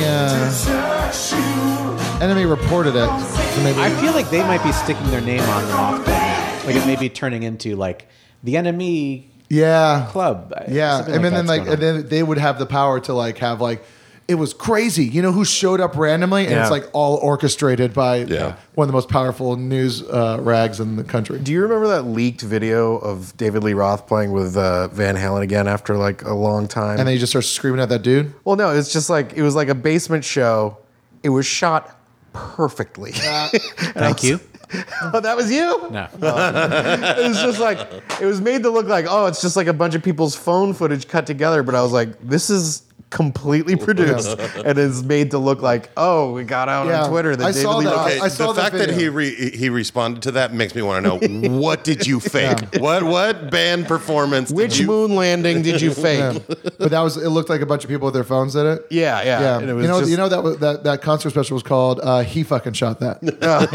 A: uh, enemy reported it. So maybe
I: I feel like they might be sticking their name on the Moth Club. Like it may be turning into like the enemy
A: yeah
I: club.
A: yeah, and
I: Something like
A: then
I: that's
A: like
I: going
A: and then they would have the power to like have like it was crazy. You know who showed up randomly, and
F: Yeah.
A: it's like all orchestrated by
F: Yeah.
A: one of the most powerful news uh, rags in the country.
F: Do you remember that leaked video of David Lee Roth playing with uh, Van Halen again after like a long time?
A: And then he just starts screaming at that dude.
F: Well, no, it's just like it was like a basement show. It was shot perfectly.
B: *laughs*
I: Thank you.
F: *laughs* oh, that was you?
I: *laughs* No.
F: it was just like it was made to look like oh, it's just like a bunch of people's phone footage cut together. But I was like, this is completely produced and it's made to look like oh, we got out on Twitter. That David Lee Roth-
H: Okay, the fact that he re- he responded to that makes me want
A: *laughs*
H: to know what did you fake? What what band performance?
F: Which moon landing did
H: *laughs*
F: you fake?
A: Yeah. But that was it. Looked like a bunch of people with their phones did it.
F: Yeah, yeah.
A: yeah.
F: And it was
A: you know,
F: just-
A: you know that was, that that concert special was called uh, "He Fucking Shot
F: *laughs*
A: That,"
F: Oh.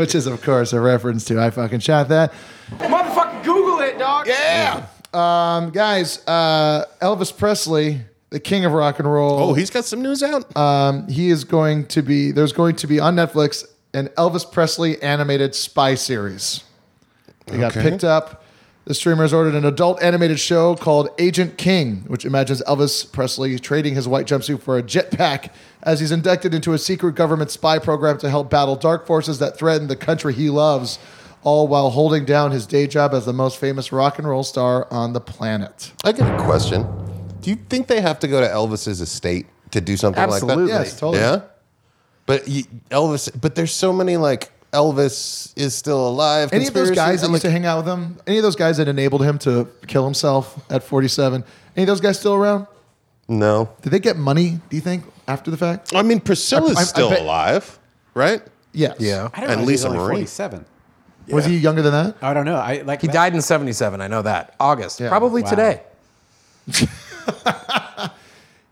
A: *laughs* which is of course a reference to "I Fucking Shot That."
D: Motherfucking Google it, dog. Yeah.
A: Um, guys, uh, Elvis Presley, the king of rock and roll.
H: Oh, he's got some news out.
A: Um, he is going to be there's going to be on Netflix an Elvis Presley animated spy series. It got
H: Okay.
A: picked up. The streamer has ordered an adult animated show called Agent King, which imagines Elvis Presley trading his white jumpsuit for a jetpack as he's inducted into a secret government spy program to help battle dark forces that threaten the country he loves, all while holding down his day job as the most famous rock and roll star on the planet.
H: I got a question. Do you think they have to go to Elvis's estate to do something like
A: Absolutely.
H: that?
A: Yes, totally.
H: Yeah. But you, Elvis, but there's so many like Elvis is still alive.
A: Any of those
H: conspiracy-
A: guys that
H: I'm
A: used to hang out with him, any of those guys that enabled him to kill himself at 47, any of those guys still around?
H: No.
A: Did they get money, do you think, after the fact?
H: I mean, Priscilla's
A: I- I
H: still
A: bet-
H: alive, right?
A: Yes. Yeah.
I: I don't
H: and
I: know, he's
H: Lisa
I: only
H: Marie.
I: 47.
A: Was he younger than that?
I: I don't know. I like
F: He died in 77. I know that. August. Probably
I: Wow.
F: today.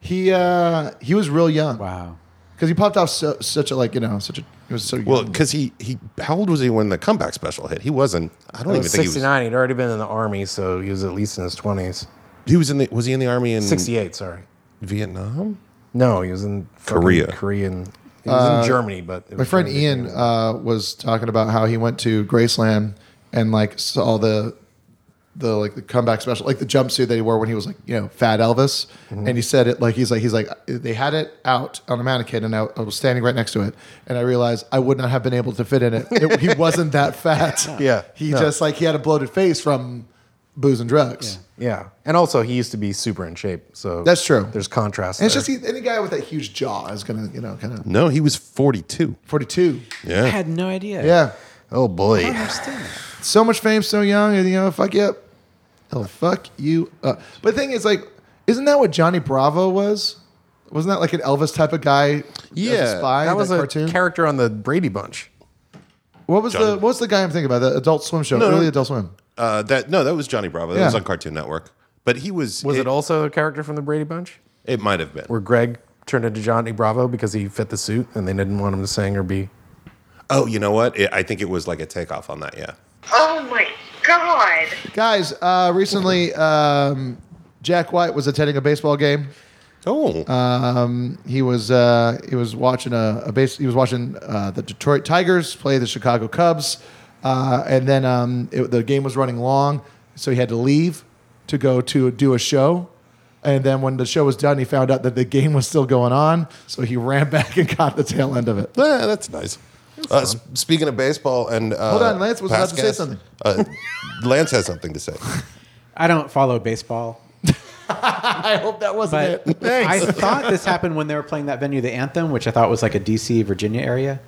A: He uh, he was real young.
I: Wow.
A: Because he popped off so, such a like you know such a he was so young.
H: Well, because he he how old was he when the comeback special hit? He wasn't. I don't
A: Uh,
F: It
H: even
F: was
H: think he was.
F: 69. He'd already been in the army, so he was at least in his 20s.
H: He was in the was he in the army in
F: 68, sorry.
H: Vietnam?
F: No, he was in fucking
H: Korea.
F: Korean. He was
A: Uh,
F: in Germany, but it
A: my
F: was
A: friend
F: during the
A: Ian uh, was talking about how he went to Graceland and like saw the the like the comeback special, like the jumpsuit that he wore when he was like you know Fat Elvis,
F: Mm-hmm.
A: and he said it like he's like he's like they had it out on a mannequin, and I, I was standing right next to it, and I realized I would not have been able to fit in it. It-
F: *laughs*
A: he wasn't that fat.
F: Yeah,
A: *laughs* he
F: no.
A: just like he had a bloated face from booze and drugs.
F: Yeah, and also he used to be super in shape, so
A: That's true.
F: There's contrast.
A: And it's
F: there.
A: just he, any guy with that huge jaw is gonna, you know, kind of
H: No, he was 42.
A: 42.
H: Yeah.
I: had no idea.
A: Yeah.
H: Oh boy.
A: So much fame, so young, and you know, fuck you up. He'll fuck you up. But the thing is, like, isn't that what Johnny Bravo was? Wasn't that like an Elvis type of guy? as a spy,
B: that was a
A: cartoon.
B: character on the Brady Bunch.
A: What was
H: Johnny-
A: the What was the guy I'm thinking about? The Adult Swim show,
H: No, no.
A: early Adult Swim.
H: Uh, that no, that was Johnny Bravo. That
A: Yeah.
H: was on Cartoon Network. But he was.
B: Was it, also a character from the Brady Bunch?
H: It might have been.
B: Where Greg turned into Johnny Bravo because he fit the suit and they didn't want him to sing or be.
H: Oh, you know what? It, I think it was like a takeoff on that. Yeah.
P: Oh my god.
A: Guys, uh, recently um, Jack White was attending a baseball game.
H: Oh,
A: um, he was uh, he was watching a, a base. He was watching uh, the Detroit Tigers play the Chicago Cubs, uh, and then um, it, the game was running long, so he had to leave to go to do a show. And then when the show was done, he found out that the game was still going on, so he *laughs* ran back and got the tail end of it.
H: Yeah, that's nice. Uh, s- speaking of baseball, and uh,
A: Hold on, Lance was about
H: past
A: to say
H: guest-
A: something.
H: Uh, Lance has something
A: *laughs*
H: to say.
I: I don't follow baseball.
A: I hope that wasn't
I: But
A: it.
I: I thought this happened when they were playing that venue, the Anthem, which I thought was like a DC, Virginia area.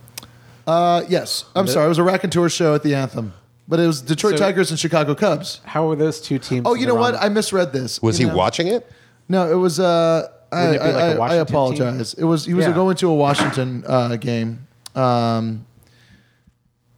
A: Uh, yes, I'm sorry. It was a raconteur show at the Anthem, but it was Detroit
I: So-
A: Tigers and Chicago Cubs.
I: How were those two teams?
A: Oh, you
I: in
A: know
I: the
A: what?
I: wrong-
A: I misread this.
H: Was
A: You
H: he
A: know-
H: watching it?
A: No, it was. Uh, I,
I: Wouldn't it be like a
A: I- I- I
I: Washington
A: apologize. It was. He was uh,
I: Yeah.
A: going to a Washington uh, game. Um,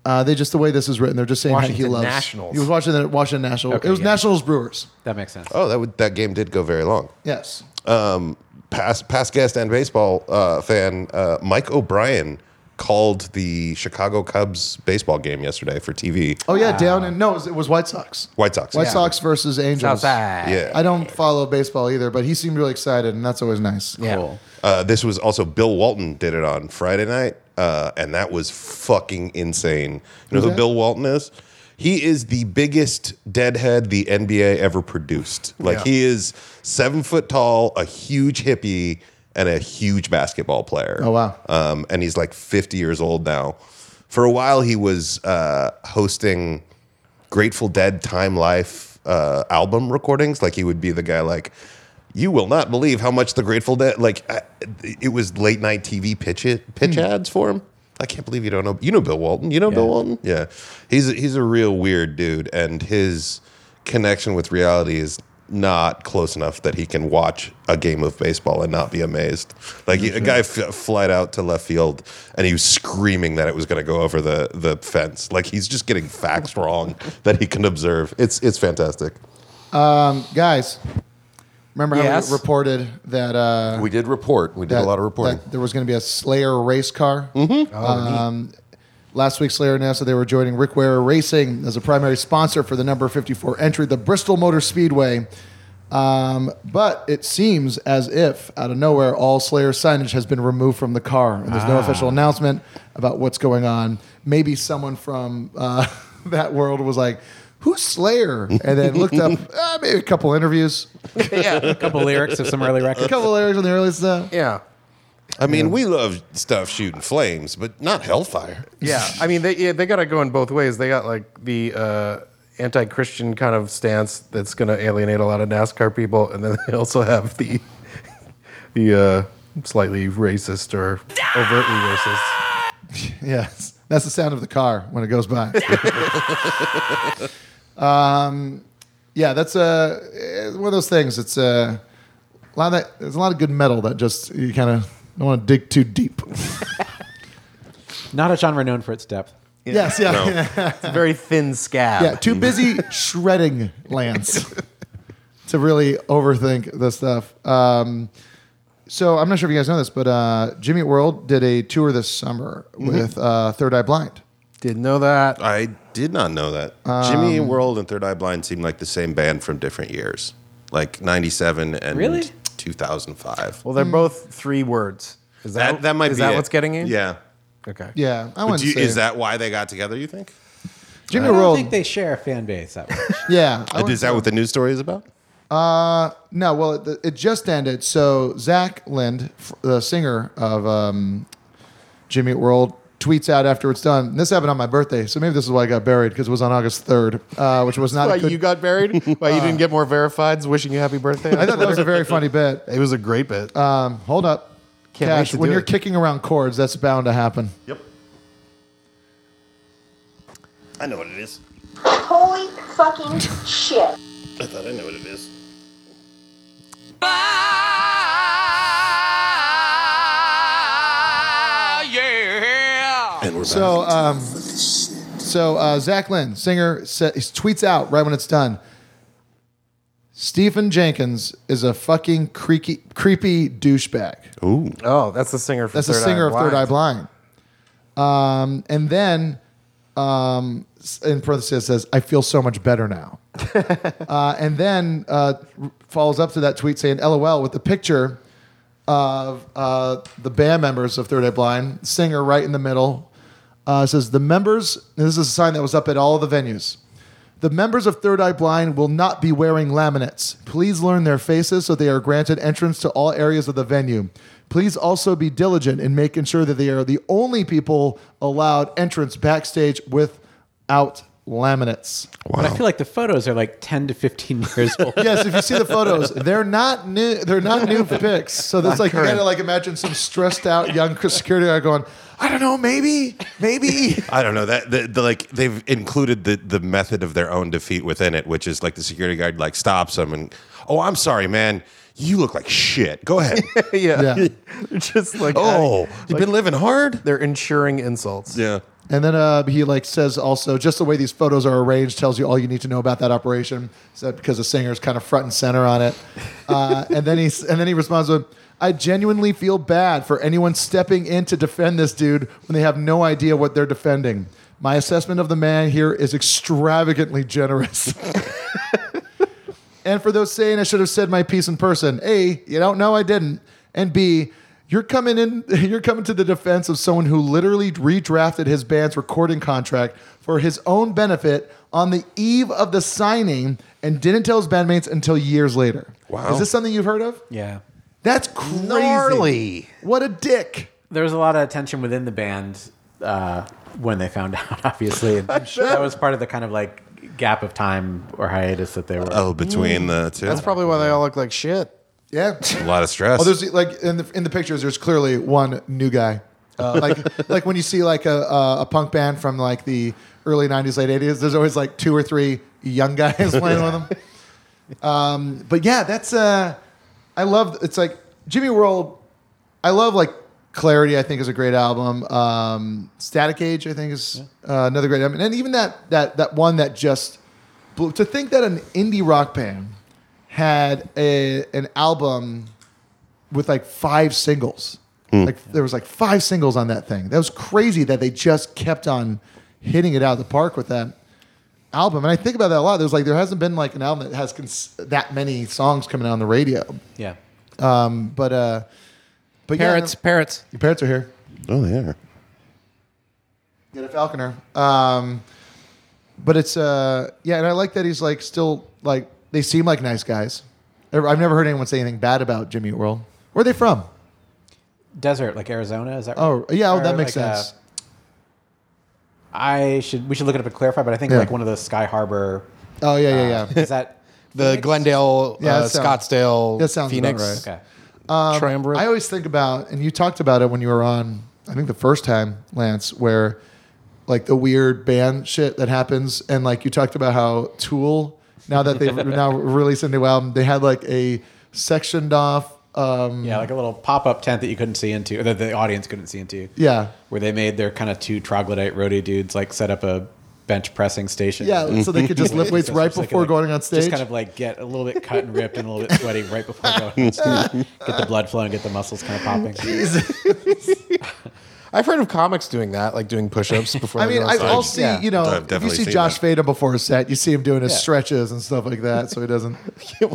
A: uh, they just the way this is written, they're just saying how he
H: Washington
A: loves.
H: Nationals.
A: He was watching the Washington Nationals.
H: Okay,
A: it was
H: yeah.
A: Nationals Brewers.
I: That makes sense.
H: Oh, that would, that game did go very long.
A: Yes.
H: Um, past past guest and baseball uh, fan uh, Mike O'Brien called the Chicago Cubs baseball game yesterday for TV.
A: Oh yeah, down in no, it was, it was White Sox.
H: White Sox.
A: White
H: yeah.
A: Sox versus Angels.
H: Southside. Yeah.
A: I don't follow baseball either, but he seemed really excited, and that's always nice. Cool.
H: Uh, this was also Bill Walton did it on Friday night, uh, and that was fucking insane. You know
A: Who's
H: who
A: that?
H: Bill Walton is? He is the biggest deadhead the NBA ever produced. Like
A: Yeah.
H: he is seven foot tall, a huge hippie, and a huge basketball player.
A: Oh, wow.
H: Um, and he's like fifty years old now. For a while, he was uh, hosting. Grateful Dead Time Life uh, album recordings. Like he would be the guy like, you will not believe how much the Grateful Dead like. I, it was late night TV pitch it, pitch ads for him. I can't believe you don't know. You know Bill Walton. You know Bill Walton. Yeah, he's he's a real weird dude, and his connection with reality is not close enough that he can watch a game of baseball and not be amazed. Like a guy f- flied out to left field and he was screaming that it was going to go over the the fence. Like he's just getting *laughs* facts wrong that he can observe. It's it's fantastic.
A: Um, guys, remember how
H: Yes.
A: we reported that uh,
H: We did report. We did
A: that-
H: a lot of reporting.
A: that there was going to be a Slayer race car. Mm-hmm. Um, last week, Slayer announced that they were joining Rick Ware Racing as a primary sponsor for the number 54 entry, the Bristol Motor Speedway. Um, but it seems as if, out of nowhere, all Slayer signage has been removed from the car. And there's no
Q: Ah.
A: official announcement about what's going on. Maybe someone from uh, *laughs* that world was like, Who's Slayer? And then looked
H: *laughs*
A: up uh, maybe a couple interviews.
B: yeah,
I: a couple lyrics of some
A: *laughs*
I: early records.
A: A couple lyrics on the early stuff.
B: Yeah.
H: I mean, we love stuff shooting flames, but not hellfire.
B: Yeah, I mean they yeah, they got to go in both ways. They got like the uh, anti-Christian kind of stance that's going to alienate a lot of NASCAR people, and then *laughs* they also have the the uh, slightly racist or overtly racist.
A: Yes, that's the sound of the car when it goes by. um, yeah, that's uh, it's one of those things. It's uh, a lot of that. There's a lot of good metal that just you kind of don't want to dig too deep.
I: Not a genre known for its depth.
A: Yes, yeah.
B: it's a very thin scab.
A: yeah, too busy shredding Lance to really overthink the stuff. Um, so I'm not sure if you guys know this, but uh, Jimmy Eat World did a tour this summer with uh, Third Eye Blind.
B: Didn't know that.
H: I did not know that. Jimmy
A: Um,
H: World and Third Eye Blind seem like the same band from different years, like '97 and
B: Really?
H: 2005.
B: Well, they're both three words. Is that
H: that might
B: is
H: be
B: that
H: it.
B: what's getting you?
H: Yeah.
B: Okay.
A: Yeah, I
H: But
A: wouldn't
H: do you-
A: say-
H: Is that why they got together? You think?
A: Jimmy
I: I don't
A: World-
I: think they share a fan base that much.
A: Yeah, I wouldn't
H: is that what the news story is about?
A: Uh, no. Well, it, it just ended. So Zach Lind, f- the singer of um, Jimmy Eat World, tweets out after it's done. and This happened on my birthday, so maybe this is why I got buried because it was on August third, uh, which was not.
B: Why
A: a good,
B: you got buried? Why you didn't get more verifieds? Wishing you happy birthday.
A: *laughs* I thought that was a very funny bit.
B: *laughs* It was a great bit.
A: Um, hold up,
B: Can't wait
A: Cash.
B: to
A: When
B: do
A: you're
B: it.
A: kicking around chords, that's bound to happen.
H: Yep.
Q: I know what it is.
P: *laughs* Holy fucking shit.
Q: I thought I knew what it is.
E: And we're
A: So, um, so uh, Zach Lynn, singer, sa- he tweets out right when it's done. Stephen Jenkins is a fucking creaky, creepy douchebag.
H: Ooh.
B: Oh, that's the singer. From
A: That's the
B: Third Eye
A: singer of
B: Blind. *laughs*
A: Third Eye Blind. Um, and then, um, s- in parentheses, it says, I feel so much better
B: *laughs*
A: now. uh, and then uh, r- follows up to that tweet saying, LOL, with the picture of uh, the band members of Third Eye Blind, singer right in the middle. Uh, it says, The members, and this is a sign that was up at all the venues. The members of Third Eye Blind will not be wearing laminates. Please learn their faces so they are granted entrance to all areas of the venue. Please also be diligent in making sure that they are the only people allowed entrance backstage without laminates.
I: But I feel like the photos are like 10 to 15
A: *laughs*
I: years old.
A: yes, if you see the photos, they're not new. They're not new pics. So that's
I: Not
A: like you
I: current.
A: gotta like imagine some stressed out young *laughs* security guard going, I don't know, maybe, maybe.
H: I don't know that the, the, like they've included the the method of their own defeat within it, which is like the security guard like stops them and oh, I'm sorry, man, you look like shit. Go
A: *laughs*
H: ahead.
B: yeah. Just like
H: Oh, you've been living hard.
B: They're ensuring insults.
H: Yeah.
A: And then uh, he like says also just the way these photos are arranged tells you all you need to know about that operation. So because the singer's kind of front and center on it. Uh, *laughs* and then he and then he responds with, "I genuinely feel bad for anyone stepping in to defend this dude when they have no idea what they're defending. My assessment of the man here is extravagantly generous." *laughs* And for those saying I should have said my piece in person, A, you don't know I didn't. And B, you're coming in *laughs* you're coming to the defense of someone who literally redrafted his band's recording contract for his own benefit on the eve of the signing and didn't tell his bandmates until years later.
I: Wow.
A: Is this something you've heard of?
I: Yeah.
A: That's crazy.
I: Gnarly.
A: What a dick.
I: There was a lot of tension within the band uh, when they found *laughs* out, obviously. And I'm sure that was part of the kind of like gap of time or hiatus that they were.
H: Oh, between the two.
B: That's probably why they all look like shit.
A: Yeah. *laughs*
H: a lot of stress.
A: Oh, there's like in the in the pictures. There's clearly one new guy. *laughs* like like when you see like a, a a punk band from like the early '90s, late '80s. There's always like two or three young guys *laughs* playing with them. Um, but yeah, that's uh, I love. It's like Jimmy World. I love like Clarity. I think is a great album. Um, Static Age. I think is uh, another great album. And even that that that one that just blew. To think that an indie rock band had a an album with like five singles.
E: Hmm.
A: Like there was like five singles on that thing. That was crazy that they just kept on hitting it out of the park with that album. And I think about that a lot. There's like there hasn't been like an album that has cons- that many songs coming out on the radio.
I: Yeah.
A: Um, but uh, but
F: Parrots,
A: yeah,
F: parrots.
A: Your parrots are here.
H: Oh, they are.
A: Get a falconer. Um, but it's uh, yeah, and I like that he's like still like they seem like nice guys. Ever- I've never heard anyone say anything bad about Jimmy Eat World. Where are they from?
I: Desert, like Arizona, is that right?
A: Oh, yeah, oh, that
I: Or
A: makes
I: like, uh,
A: sense.
I: I should, we should look it up and clarify, but I think
A: Yeah.
I: like one of the Sky Harbor.
A: Oh, yeah,
I: uh,
A: yeah,
I: *laughs*
A: yeah.
I: is that
F: The Glendale,
A: Yeah,
F: uh,
A: that sounds-
F: Scottsdale,
A: that sounds about
F: Phoenix.
A: right. Um, I always think about, and you talked about it when you were on, I think the first time, Lance, where like the weird band shit that happens, and like you talked about how Tool, now that
F: *laughs*
A: they've now released a new album, they had like a sectioned off. Um,
I: Yeah, like a little pop-up tent that you couldn't see into, or that the audience couldn't see into.
A: Yeah.
I: where they made their kind of two troglodyte roadie dudes like set up a bench pressing station.
A: Yeah, so they could
I: *laughs*
A: just lift weights
I: So
A: right
I: they could,
A: before
I: like,
A: going on stage.
I: Just kind of like get a little bit cut and ripped and a little bit sweaty right before going
A: *laughs*
I: on stage. Get the blood flowing, get the muscles kind of popping.
F: I've heard of comics doing that, like doing push-ups before.
A: I
F: they
A: mean,
F: go on
A: I,
F: stage.
A: I'll see. You know, if you see Josh Fada before a set, you see him doing his
F: Yeah.
A: stretches and stuff like that, so he
F: *laughs*
A: doesn't.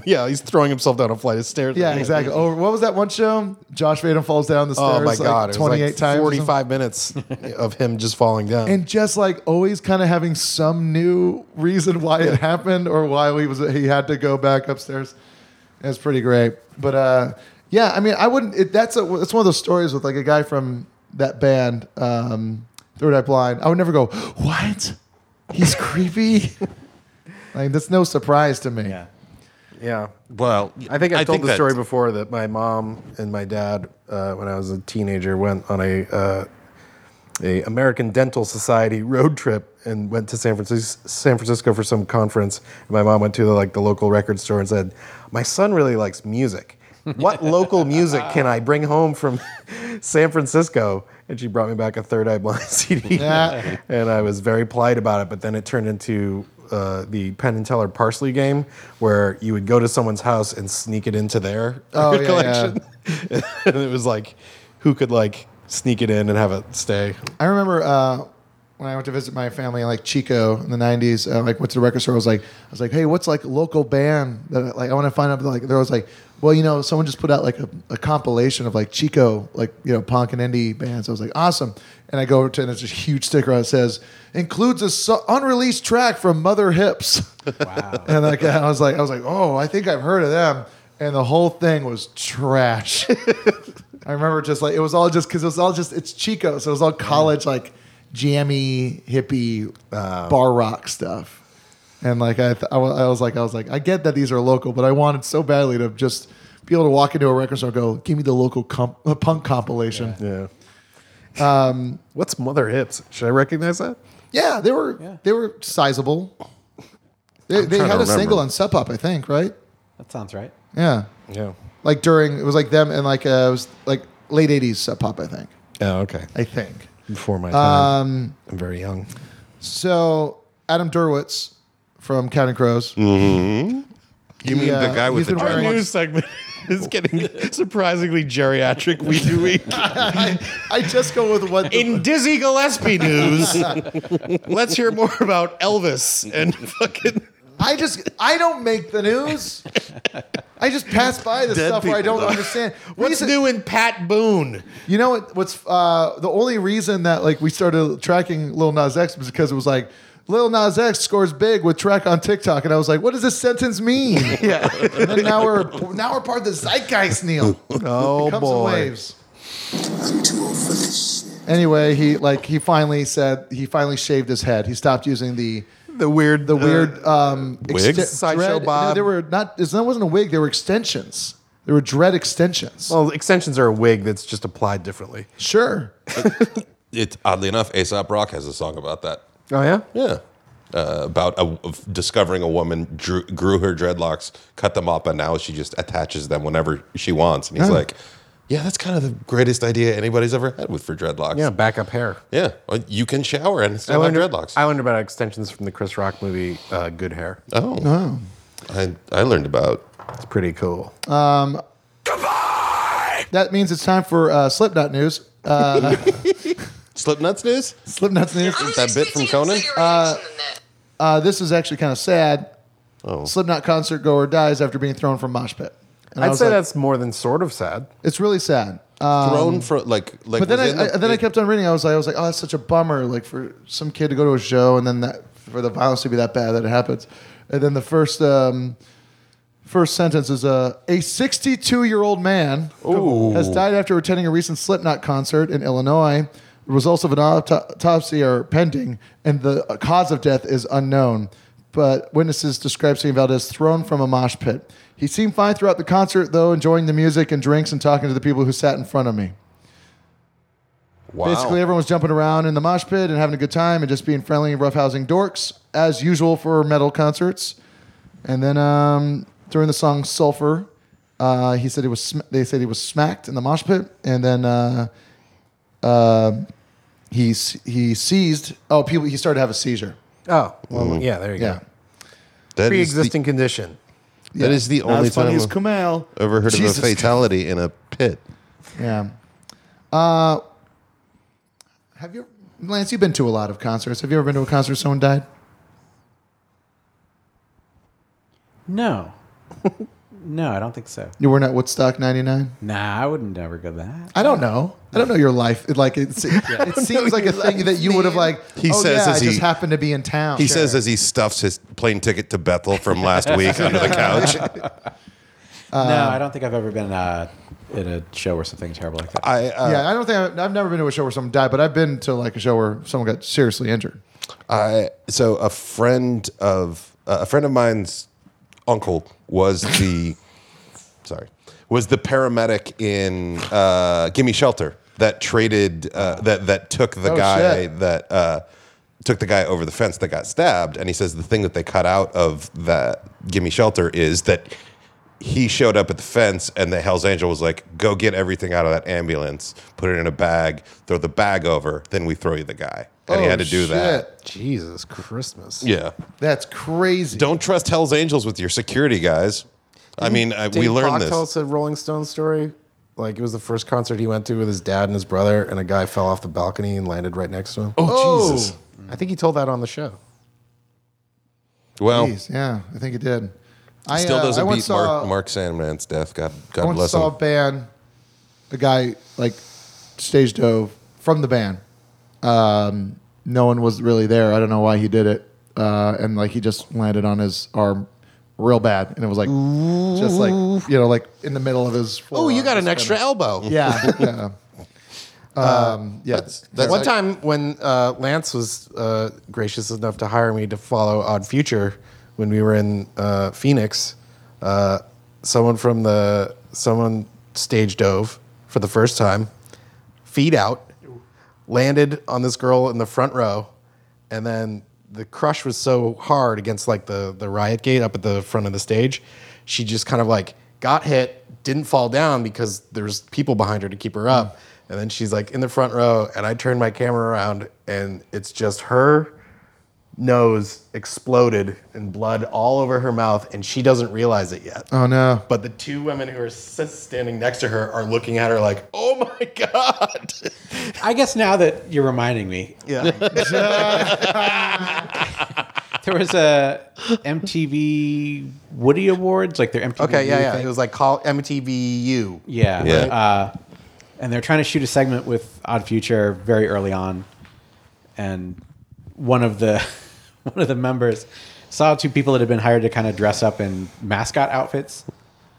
F: yeah, he's throwing himself down a flight of stairs.
A: Yeah, exactly. Oh, what was that one show? Josh Vaden falls down the stairs.
F: oh my
A: like
F: god, it was like
A: twenty-eight times, or something.
F: forty-five
A: *laughs*
F: minutes of him just falling down.
A: and just like always, kind of having some new reason why it happened or why he was he had to go back upstairs. It's pretty great, but uh, yeah, I mean, I wouldn't. It, that's a, that's one of those stories with like a guy from that band, um, Third Eye Blind. I would never go, what? He's creepy. like that's no surprise to me. Yeah.
B: Yeah.
H: Well,
B: I think I've
H: I
B: told
H: think
B: the
H: that-
B: story before that my mom and my dad, uh, when I was a teenager, went on a uh,
F: a American Dental Society road trip and went to San Francisco, San Francisco for some conference. And my mom went to the, like the local record store and said, "My son really likes music.
H: *laughs*
F: What local music can I bring home from *laughs* San Francisco?" And she brought me back a Third Eye Blind *laughs* CD,
B: Yeah.
F: and I was very polite about it. But then it turned into uh, the Penn and Teller Parsley game, where you would go to someone's house and sneak it into their
A: Oh, yeah, yeah.
F: record *laughs* collection, and *laughs* it was like, who could like sneak it in and have it stay?
A: I remember uh, when I went to visit my family in like Chico in the '90s. Uh, like went to the record store. I was like, I was like, hey, what's like a local band that like I want to find out? Like there was like, well, you know, someone just put out like a, a compilation of like Chico, like you know, punk and indie bands. I was like, awesome. And I go over to and there's a huge sticker that says includes a so- unreleased track from Mother Hips. Wow. and like I was like, I was like, oh, I think I've heard of them. And the whole thing was trash. *laughs* I remember just like it was all just because it was all just it's Chico, so it was all college like jammy hippie uh, bar rock stuff. And like I, th- I, wa- I was like I was like I get that these are local, but I wanted so badly to just be able to walk into a record store and go, give me the local comp- uh, punk compilation.
F: Yeah.
A: Um,
F: What's Mother Hips? Should I recognize that?
A: Yeah, they were they were sizable. They,
F: I'm
A: they
F: trying
A: had
F: to
A: a single
F: remember.
A: on Sub Pop, I think, right?
I: That sounds right.
A: Yeah,
F: Yeah.
A: like during it was like them and like uh, it was like late '80s Sub Pop, I think.
F: Oh, okay.
A: I think.
F: Before my time.
A: Um,
F: I'm very *laughs* young.
A: So Adam Derwitz from Counting Crows.
H: Mm-hmm. You mean the guy with the
F: Our
H: dreadlocks?
F: news segment is getting surprisingly geriatric week to week.
A: I, I just go with what
F: in *laughs* Dizzy Gillespie news. *laughs* let's hear more about Elvis and *laughs* fucking.
A: I just I don't make the news. I just pass by the
F: Dead
A: stuff where I
F: people,
A: don't
F: though.
A: understand.
F: What's new in Pat Boone?
A: You know what, what's uh, the only reason that like we started tracking Lil Nas X was because it was like Lil Nas X scores big with track on TikTok, and I was like, what does this sentence
F: *laughs*
A: mean? yeah. And then now we're now we're part of the zeitgeist, Neil.
F: *laughs* Oh
A: it comes
F: boy.
A: In waves. Anyway, he like he finally said he finally shaved his head. He stopped using the
F: the weird
A: the weird um
F: wigs?
A: exten-
F: Sideshow
A: dread- No,
F: bob?
A: they were not. It wasn't a wig. They were extensions. They were dread extensions.
F: Well, extensions are a wig that's just applied differently.
A: Sure.
H: It's oddly enough, Aesop Rock has a song about that.
F: Oh yeah.
H: Yeah. Uh, about a, of discovering a woman drew, grew her dreadlocks, cut them up, and now she just attaches them whenever she wants. And he's
F: Oh.
H: like, "Yeah, that's kind of the greatest idea anybody's ever had with for dreadlocks."
F: Yeah, backup hair.
H: yeah. Well, You can shower and
F: I
H: still have
F: learned,
H: dreadlocks.
F: I learned about extensions from the Chris Rock movie, uh, Good Hair.
H: Oh. I I learned about.
F: It's pretty cool.
A: Um, That means it's time for uh, Slipknot news. Uh,
H: Slipknot's news.
A: Slipknot's news.
H: that bit from Conan.
A: Uh, uh, this is actually kind of sad. Slipknot concert goer dies after being thrown from mosh pit. And I
F: I'd
A: was
F: say
A: like,
F: that's more than sort of sad.
A: it's really sad. Um,
H: Thrown for like like.
A: but then I,
H: within
A: I-
H: the-
A: then I kept on reading. I was like, I was like, oh, that's such a bummer. Like for some kid to go to a show and then that for the violence to be that bad that it happens. And then the first um, first sentence is uh, a 62 year old man
H: Ooh.
A: has died after attending a recent Slipknot concert in Illinois. The results of an auto- autopsy are pending, and the cause of death is unknown. But witnesses describe seeing Valdez thrown from a mosh pit. He seemed fine throughout the concert, though, enjoying the music and drinks and talking to the people who sat in front of me.
H: Wow.
A: Basically, everyone was jumping around in the mosh pit and having a good time and just being friendly, roughhousing dorks, as usual for metal concerts. And then um, during the song "Sulfur," uh, he said he was. Sm- they said he was smacked in the mosh pit, and then uh, uh, he s- he seized. Oh, people! He started to have a seizure.
F: Oh, well, yeah, there you
A: Yeah.
F: go.
H: That is the-
F: Pre-existing condition.
H: That is the only time I've ever heard
A: Jesus
H: of a fatality in a pit.
A: Yeah. Uh, have you, Lance? You've been to a lot of concerts. Have you ever been to a concert where someone died?
I: No. no, I don't think so.
A: You weren't at Woodstock '99.
I: Nah, I wouldn't ever go that.
A: I don't know. I don't know your life. It, like
H: *laughs*
A: it's, it, it seems like a thing that you would have like.
H: He
A: oh,
H: says
A: yeah,
H: as
A: I just
H: he-
A: happened to be in town.
H: he says as he stuffs his plane ticket to Bethel from last week under the couch.
A: Uh,
I: no, I don't think I've ever been uh, in a show or something terrible like that.
H: *laughs* I uh,
A: yeah, I don't think I've, I've never been to a show where someone died, but I've been to like a show where someone got seriously injured.
H: I so a friend of a friend of mine's uncle was the sorry was the paramedic in uh, Gimme Shelter. that traded uh, that that took the
A: Oh,
H: guy
A: shit.
H: that uh, took the guy over the fence that got stabbed, and he says the thing that they cut out of that "Gimme Shelter" is that he showed up at the fence, and the Hell's Angel was like, "Go get everything out of that ambulance, put it in a bag, throw the bag over, then we throw you the guy." And he
A: Oh,
H: had to do that.
A: shit.
R: Jesus Christmas.
H: Yeah,
A: That's crazy.
H: don't trust Hell's Angels with your security guys. I mean, I, we
F: Dave
H: learned
F: Pocktel
H: this.
F: said Rolling Stone story. Like it was the first concert he went to with his dad and his brother, and a guy fell off the balcony and landed right next to him.
A: Oh, Jesus.
F: I think he told that on the show.
H: Well,
A: Jeez, yeah, I think it did. I
H: still
A: uh,
H: doesn't
A: I once
H: beat
A: saw-
H: Mark, Mark Sandman's death. God,
A: I
H: God
A: once
H: bless
A: saw
H: him.
A: a band, a guy like stage dove from the band. Um, no one was really there. I don't know why he did it, uh, and like he just landed on his arm real bad, and it was like just like you know like in the middle of his.
F: Oh, you got an
A: forearm.
F: extra elbow.
H: *laughs*
A: Yeah.
F: *laughs*
A: yeah.
H: Uh,
A: Um, yeah.
F: One time when uh, Lance was uh, gracious enough to hire me to follow Odd Future when we were in uh, Phoenix, uh, someone from the someone stage dove for the first time, feet out, landed on this girl in the front row, and then the crush was so hard against like the the riot gate up at the front of the stage, she just kind of like got hit, didn't fall down because there's people behind her to keep her up, and then she's like in the front row, and I turned my camera around, and it's just her nose exploded and blood all over her mouth, and she doesn't realize it yet.
A: Oh no.
F: But the two women who are s- standing next to her are looking at her like, "Oh my god!"
I: I guess now that you're reminding me, *laughs*
F: Yeah.
I: there was a MTV Woody Awards, like their MTV.
F: Okay, yeah, yeah.
I: thing.
F: It was like call MTVU.
I: Yeah.
F: Yeah.
I: Uh, and they're trying to shoot a segment with Odd Future very early on, and one of the *laughs* one of the members saw two people that had been hired to kind of dress up in mascot outfits,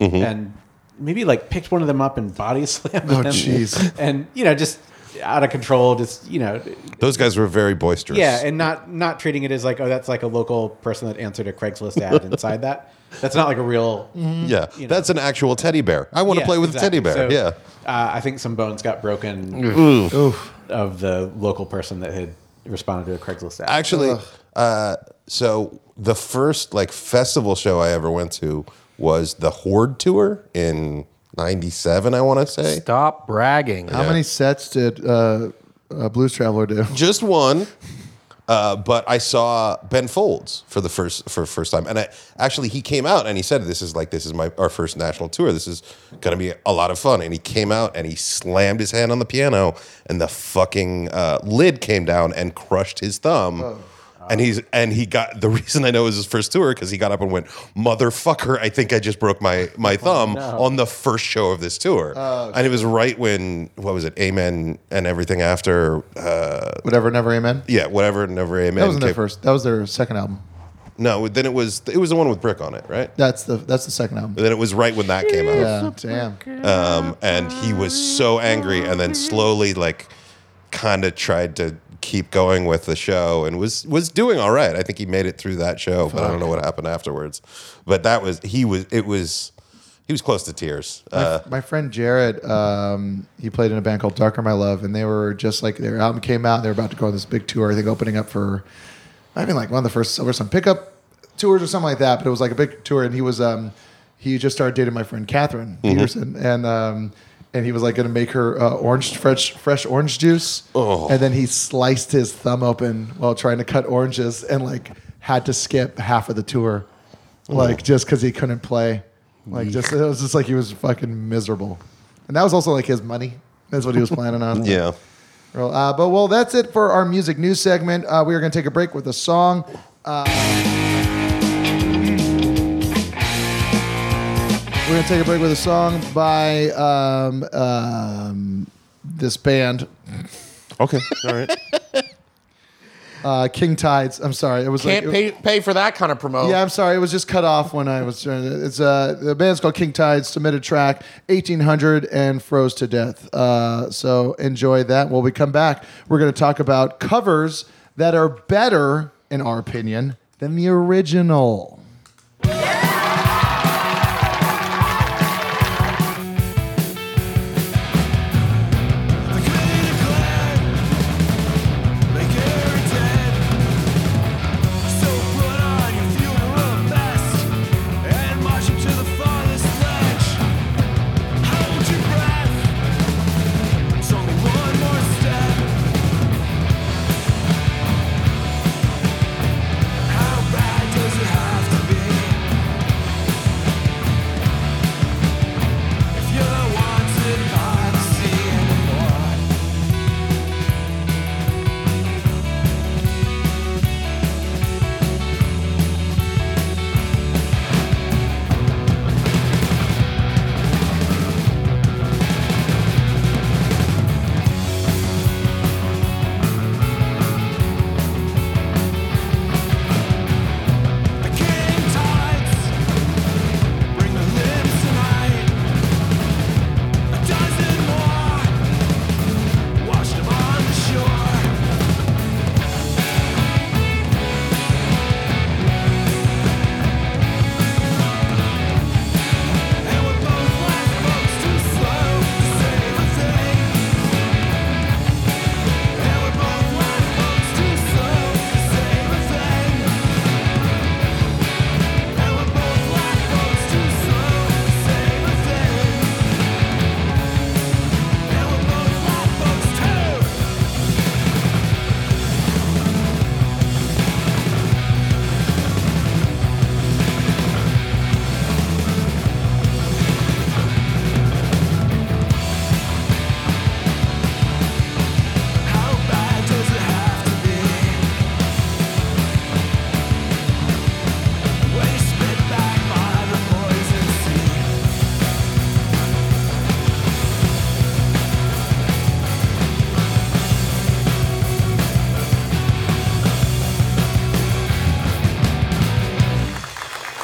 S: Mhm.
I: and maybe like picked one of them up and body *laughs* slammed
A: Oh,
I: them.
A: jeez.
I: And you know, just out of control, just you know,
H: Those guys were very boisterous.
I: yeah, and not not treating it as like, oh, that's like a local person that answered a Craigslist ad inside that. That's not like a real.
H: yeah, that's an actual teddy bear. I want to
I: Yeah,
H: play with
I: exactly.
H: a teddy bear.
I: So,
H: yeah.
I: uh, I think some bones got broken
H: Oof.
I: of the local person that had responded to a Craigslist ad.
H: Actually, uh, so the first like festival show I ever went to was the Horde tour in '97. I want to say.
F: Stop bragging.
A: How many sets did uh, uh, Blues Traveler do? *laughs*
H: Just one. Uh, but I saw Ben Folds for the first for first time, and I, actually he came out and he said, "This is like this is my our first national tour. This is going to be a lot of fun." And he came out and he slammed his hand on the piano, and the fucking uh, lid came down and crushed his thumb.
A: Oh.
H: And he's and he got the *laughs* reason I know it was his first tour because he got up and went, "Motherfucker, I think I just broke my my thumb
A: Oh, no.
H: on the first show of this tour."
A: Oh,
H: And it was right when what was it, Amen and everything after. Uh,
A: Whatever, never amen.
H: yeah, whatever, never amen.
A: That wasn't their
H: came-
A: first. That was their second album.
H: No, then it was it was the one with brick on it, right?
A: That's the that's the second album.
H: And then it was right when that came out.
A: Yeah, damn.
H: Um, and he was so angry, and then slowly, like, kind of tried to keep going with the show, and was was doing all right. I think he made it through that show, but I don't know what happened afterwards. But that was he was it was he was close to tears. Uh,
A: my friend Jared, um, he played in a band called Darker My Love, and they were just like their album came out. and They were about to go on this big tour. I think opening up for, I mean, like one of the first or some pickup tours or something like that. But it was like a big tour, and he was um, he just started dating my friend Catherine
H: Mhm.
A: Peterson, and um, and he was like going to make her uh, orange fresh fresh orange juice,
H: Oh.
A: and then he sliced his thumb open while trying to cut oranges, and like had to skip half of the tour, like
H: Oh.
A: just because he couldn't play. Like just it was just like he was fucking miserable, and that was also like his money. That's what he was planning on.
H: *laughs* yeah.
A: Well, Uh, but well, that's it for our music news segment. Uh, we are going to take a break with a song. Uh, we're going to take a break with a song by um, um, this band.
H: Okay, all right.
A: Uh, King Tides. I'm sorry. It was
F: Can't
A: like,
B: uh,
F: pay, pay for that kind of
H: Oh.
F: promote.
A: Yeah, I'm sorry. It was just cut off when I was trying to. It's uh, the band's called King Tide. Submitted track 1800 and froze to death. Uh, so enjoy that. When we come back, we're going to talk about covers that are better, in our opinion, than the original.
S: Like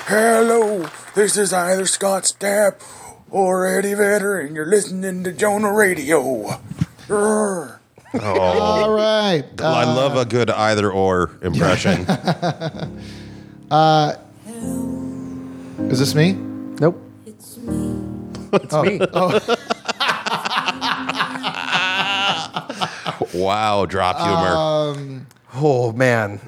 Q: This is either Scott Stapp or Eddie Vedder, and you're listening to Jonah Radio. Grr.
H: *laughs* Oh.
A: All right.
H: I love a good either or
A: *laughs*
H: impression.
A: Uh, is this me? Nope. It's me.
H: me. wow, drop humor.
A: Um,
B: oh man,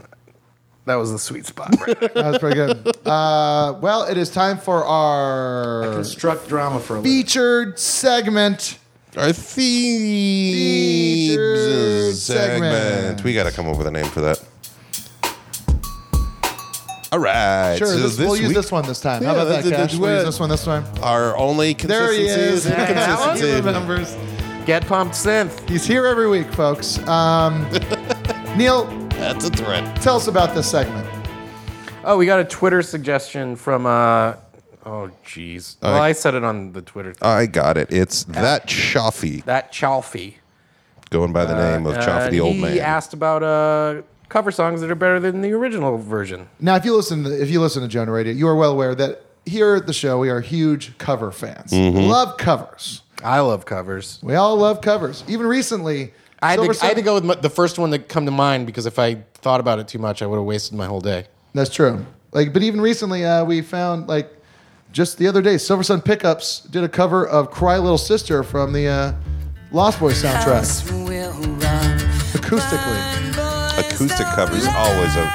B: that was the sweet spot. Right
A: that was pretty good. *laughs* Uh, well, it is time for our
B: *laughs* construct drama for a
A: featured segment.
H: Our featured segment. We got to come up with a name for that. All right.
A: Sure,
H: so
A: this, we'll use
H: week-
A: this one this time. How about
H: Yeah,
A: that,
H: th- th-
A: Cash? We'll use
H: th-
A: this one this time.
H: Our only
A: There
H: consistency
A: he is.
H: is inconsistency.
A: remembers. Get pumped synth. He's here every week, folks.
F: *laughs*
A: Um, Neil,
H: that's a threat.
A: Tell us about this segment.
B: Oh, we got a Twitter suggestion from. Uh, oh, jeez. Well,
H: I-
B: I said it on the Twitter.
F: Uh,
H: I got it. It's that Chaffee
B: That Chalfie.
H: going by the
A: Uh,
H: name of Chaffee the old
B: he
H: man.
B: asked about uh, cover songs that are better than the original version.
A: Now, if you listen, to, if you listen to Jonah Radio, you are well aware that here at the show we are huge cover fans.
F: Mm-hmm.
B: Mhm.
A: Love covers.
B: I love covers.
A: We all love covers. Even recently,
F: I had,
A: Silver
F: to, I had
A: Sun-
F: to go with my, the first one that come to mind because if I thought about it too much, I would have wasted my whole day.
A: That's true. Like, but even recently, uh, we found like just the other day, Silver Sun Pickups did a cover of "Cry Little Sister" from the uh, Lost Boys soundtrack, acoustically.
H: Acoustic covers always a.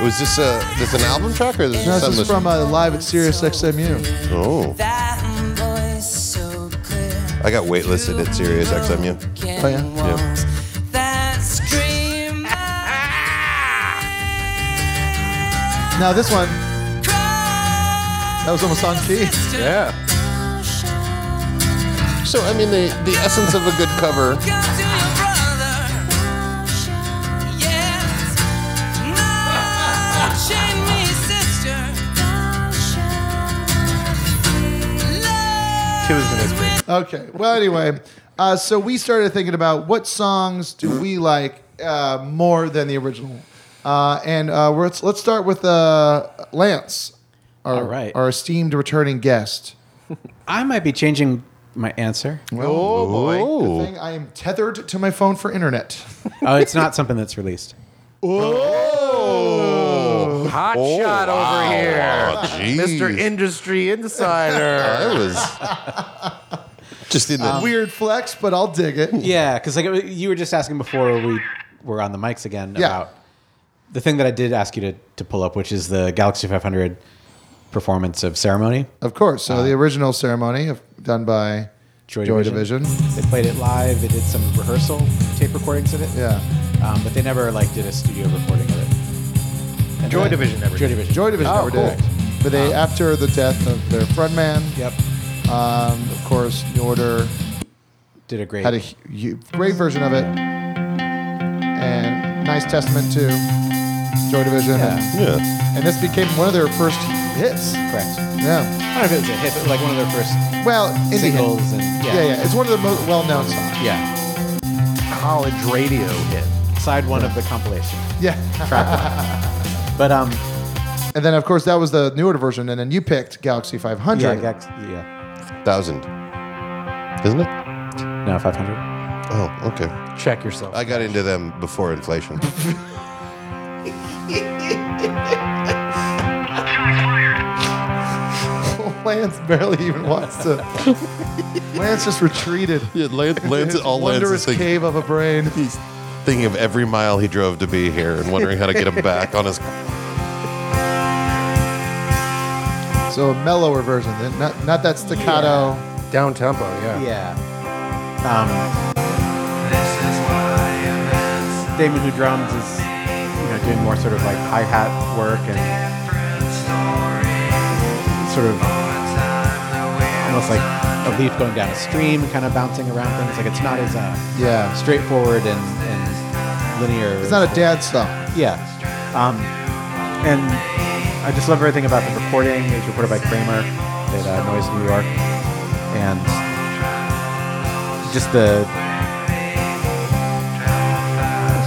H: It was this a this an album track or this
A: No, this
H: some
A: is from uh, live at Sirius XMU.
H: Oh,
E: That voice so clear.
H: I got waitlisted at Sirius XMU.
E: Oh, yeah?
H: yeah.
E: That scream.
A: Now this one, that was almost on key.
B: Yeah.
H: So I mean, the the essence of a good *laughs* cover.
E: Shame me, sister.
B: Two is the next break.
A: Okay. Well, anyway, uh, so we started thinking about what songs do we like uh, more than the original, uh, and uh, we're, let's let's start with uh, Lance, our,
I: All right.
A: our esteemed returning guest.
I: I might be changing my answer.
A: oh boy! Good thing I am tethered to my phone for internet.
I: oh, it's not something that's released.
B: Oh, hot shot over
A: wow.
B: here, Mr. Industry Insider.
H: I was just in
I: the-
A: *laughs* weird flex, but I'll dig it.
I: Yeah, because like it- you were just asking before we were on the mics again
A: Yeah.
I: about the thing that I did ask you to, to pull up, which is the Galaxy 500 performance of Ceremony.
A: Of course. So the original ceremony of, done by Joy, Division.
I: They played it live. They did some rehearsal tape recordings of it.
A: Yeah.
I: Um, but they never like did a studio recording of it. And
A: Joy
I: then-
A: Division never
I: Joy
A: did.
I: Division.
A: Joy Division
I: oh,
A: never did.
I: cool.
A: But they, after the death of their frontman,
I: yep.
A: Um, of course, New Order
I: did a great
A: had a hu- hu- great version of it, and nice testament to Joy Division. And,
H: Yeah.
A: and this became one of their first hits.
I: Correct.
A: Yeah.
I: I don't know if it was a hit, but like one of their first
A: Well, indie
I: singles
A: hit.
I: and yeah.
A: yeah, It's one of the most well-known songs.
I: yeah. College radio hit. Side one of the compilation.
A: Yeah.
I: But
A: *laughs*
I: um,
A: and then of course that was the New Order version, and then you picked Galaxy 500.
I: Yeah, Gax- yeah.
H: Thousand, isn't it?
I: No, five hundred.
H: Oh, okay.
B: *laughs* Check yourself.
H: I got into them before inflation.
A: *laughs* Lance barely even wants to. *laughs* Lance just retreated.
H: *laughs* Yeah, Lance, Lance
A: his
H: all Lance
A: wondrous
H: is thinking-
A: cave of a brain.
H: He's thinking of every mile he drove to be here and wondering how to *laughs* get him back on his.
A: So a mellower version, then, not not that staccato.
B: Down tempo, yeah.
I: Yeah. Um, Damon, who drums, is you know doing more sort of like hi hat work and sort of almost like a leaf going down a stream, kind of bouncing around things. Like it's not as uh,
A: Yeah.
I: straightforward and, and linear.
A: It's not a dad song.
I: Yeah. Um, and I just love everything about the recording. It was recorded by Kramer at uh, Noise New York. And just the